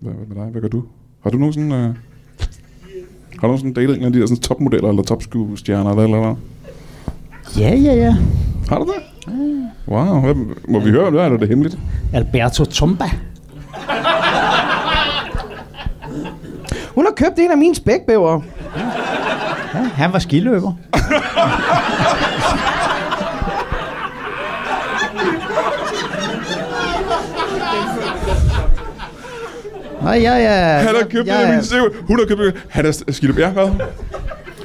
Speaker 1: hvad, hvad med dig? Hvad gør du? Har du nogensinde, øh, har du nogensinde datet en af de der sådan, topmodeller eller topskuestjerner eller, eller, eller
Speaker 3: ja, ja. ja.
Speaker 1: Har du det?
Speaker 3: Ah.
Speaker 1: Wow, hvad, må vi høre om det? Er det, er det hemmeligt?
Speaker 3: Alberto Tomba.
Speaker 2: Hun har købt en af mine spækbæver.
Speaker 3: Ja, han var skiløber. Nej, ja, ja.
Speaker 1: Han har købt
Speaker 3: jeg,
Speaker 1: en af mine
Speaker 3: jeg,
Speaker 1: sev. Hun har købt en. Han er skidt. Ja, hvad?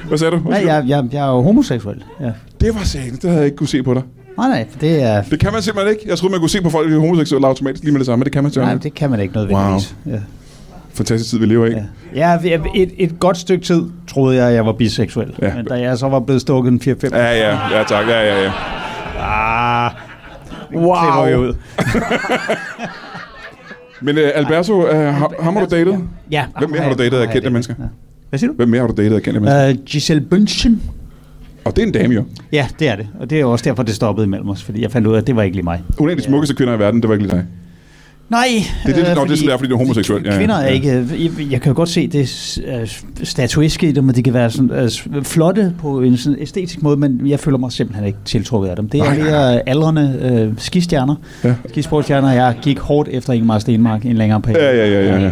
Speaker 1: Hvad sagde du?
Speaker 3: Nej, jeg, jeg, jeg er jo homoseksuel. Ja.
Speaker 1: Det var sagen. Det havde jeg ikke kunne se på dig.
Speaker 3: Nej, nej, det er...
Speaker 1: Det kan man simpelthen ikke. Jeg troede, man kunne se på folk, at de er homoseksuelle automatisk lige med det samme. men Det kan man
Speaker 3: Nej,
Speaker 1: simpelthen
Speaker 3: det kan man ikke nødvendigvis. Wow. Ja.
Speaker 1: ikke. Fantastisk tid, vi lever i.
Speaker 3: Ja, ja vi- et, et godt stykke tid troede jeg, at jeg var biseksuel.
Speaker 1: Ja.
Speaker 3: Ja. Men da jeg så var blevet stukket en 4-5
Speaker 1: Ja, ja, ja, tak. Ja, ja, ja.
Speaker 3: klipper vi ud.
Speaker 1: Men uh, Alberto, uh, har, ham har du datet?
Speaker 3: Ja.
Speaker 1: Hvem mere har du datet af kendte mennesker?
Speaker 3: Ja. Hvad siger du?
Speaker 1: Hvem mere har du datet af kendte mennesker?
Speaker 3: Uh, Giselle Bündchen.
Speaker 1: Og det er en dame jo.
Speaker 3: Ja, det er det. Og det er jo også derfor, det stoppede imellem os. Fordi jeg fandt ud af, at det var ikke lige mig.
Speaker 1: Hun er en af de smukkeste kvinder i verden, det var ikke lige dig.
Speaker 3: Nej.
Speaker 1: Det er det,
Speaker 3: øh,
Speaker 1: øh, nok det, som det er, fordi du er homoseksuel. Ja, ja,
Speaker 3: Kvinder er
Speaker 1: ja.
Speaker 3: ikke... øh, Jeg, jeg kan jo godt se det øh, statuiske i dem, og de kan være sådan, øh, flotte på en sådan æstetisk måde, men jeg føler mig simpelthen ikke tiltrukket af dem. Det er
Speaker 1: Nej, nej, nej.
Speaker 3: mere aldrende øh, skistjerner.
Speaker 1: Ja.
Speaker 3: Ja. Skisportstjerner. Jeg gik hårdt efter Ingemar Stenmark i en længere periode.
Speaker 1: Ja, ja, ja, ja. ja.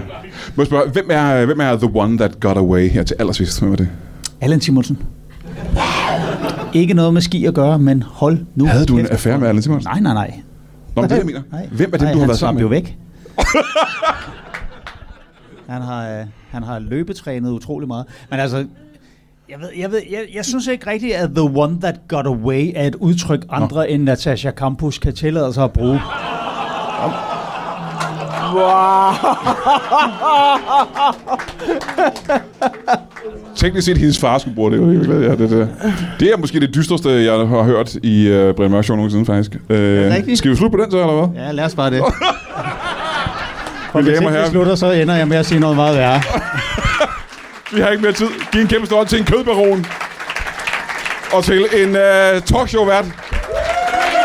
Speaker 1: Må jeg spørge, hvem er, hvem er the one that got away her til allersidst? Hvem er det?
Speaker 3: Allan Simonsen. Wow. Ikke noget med ski at gøre, men hold nu.
Speaker 1: Havde du en
Speaker 3: kæft.
Speaker 1: affære med Allan Simonsen?
Speaker 3: Nej, nej, nej.
Speaker 1: Nå, men det er det, jeg mener.
Speaker 3: nej.
Speaker 1: Hvem er det,
Speaker 3: nej,
Speaker 1: du har
Speaker 3: han
Speaker 1: været sammen
Speaker 3: slap
Speaker 1: med?
Speaker 3: jo væk. han, har, øh, han har løbetrænet utrolig meget. Men altså, jeg, ved, jeg, ved, jeg, jeg synes ikke rigtigt, at the one that got away er et udtryk, andre Nå. end Natasha Campus kan tillade sig at bruge.
Speaker 1: Teknisk set, hendes far skulle bruge det. Jeg er glad, ja, det, det. det er måske det dystreste, jeg har hørt i uh, Brian Mørk Show nogensinde, faktisk. Uh,
Speaker 3: rigtigt?
Speaker 1: skal vi slutte på den så, eller hvad?
Speaker 3: Ja, lad os bare det. For
Speaker 1: Mine damer
Speaker 3: hvis
Speaker 1: og
Speaker 3: ikke
Speaker 1: herrer.
Speaker 3: det slutter, så ender jeg med at sige noget meget værre.
Speaker 1: Vi har ikke mere tid. Giv en kæmpe stor hånd til en kødbaron. Og til en uh, talkshow-vært.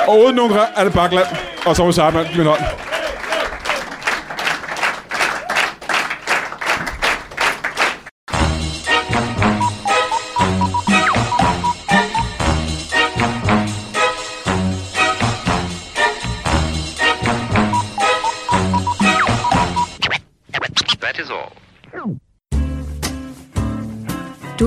Speaker 1: Og uden nogen er det Bakland. Og Thomas Hartmann, min hånd.
Speaker 4: That is all.
Speaker 5: Du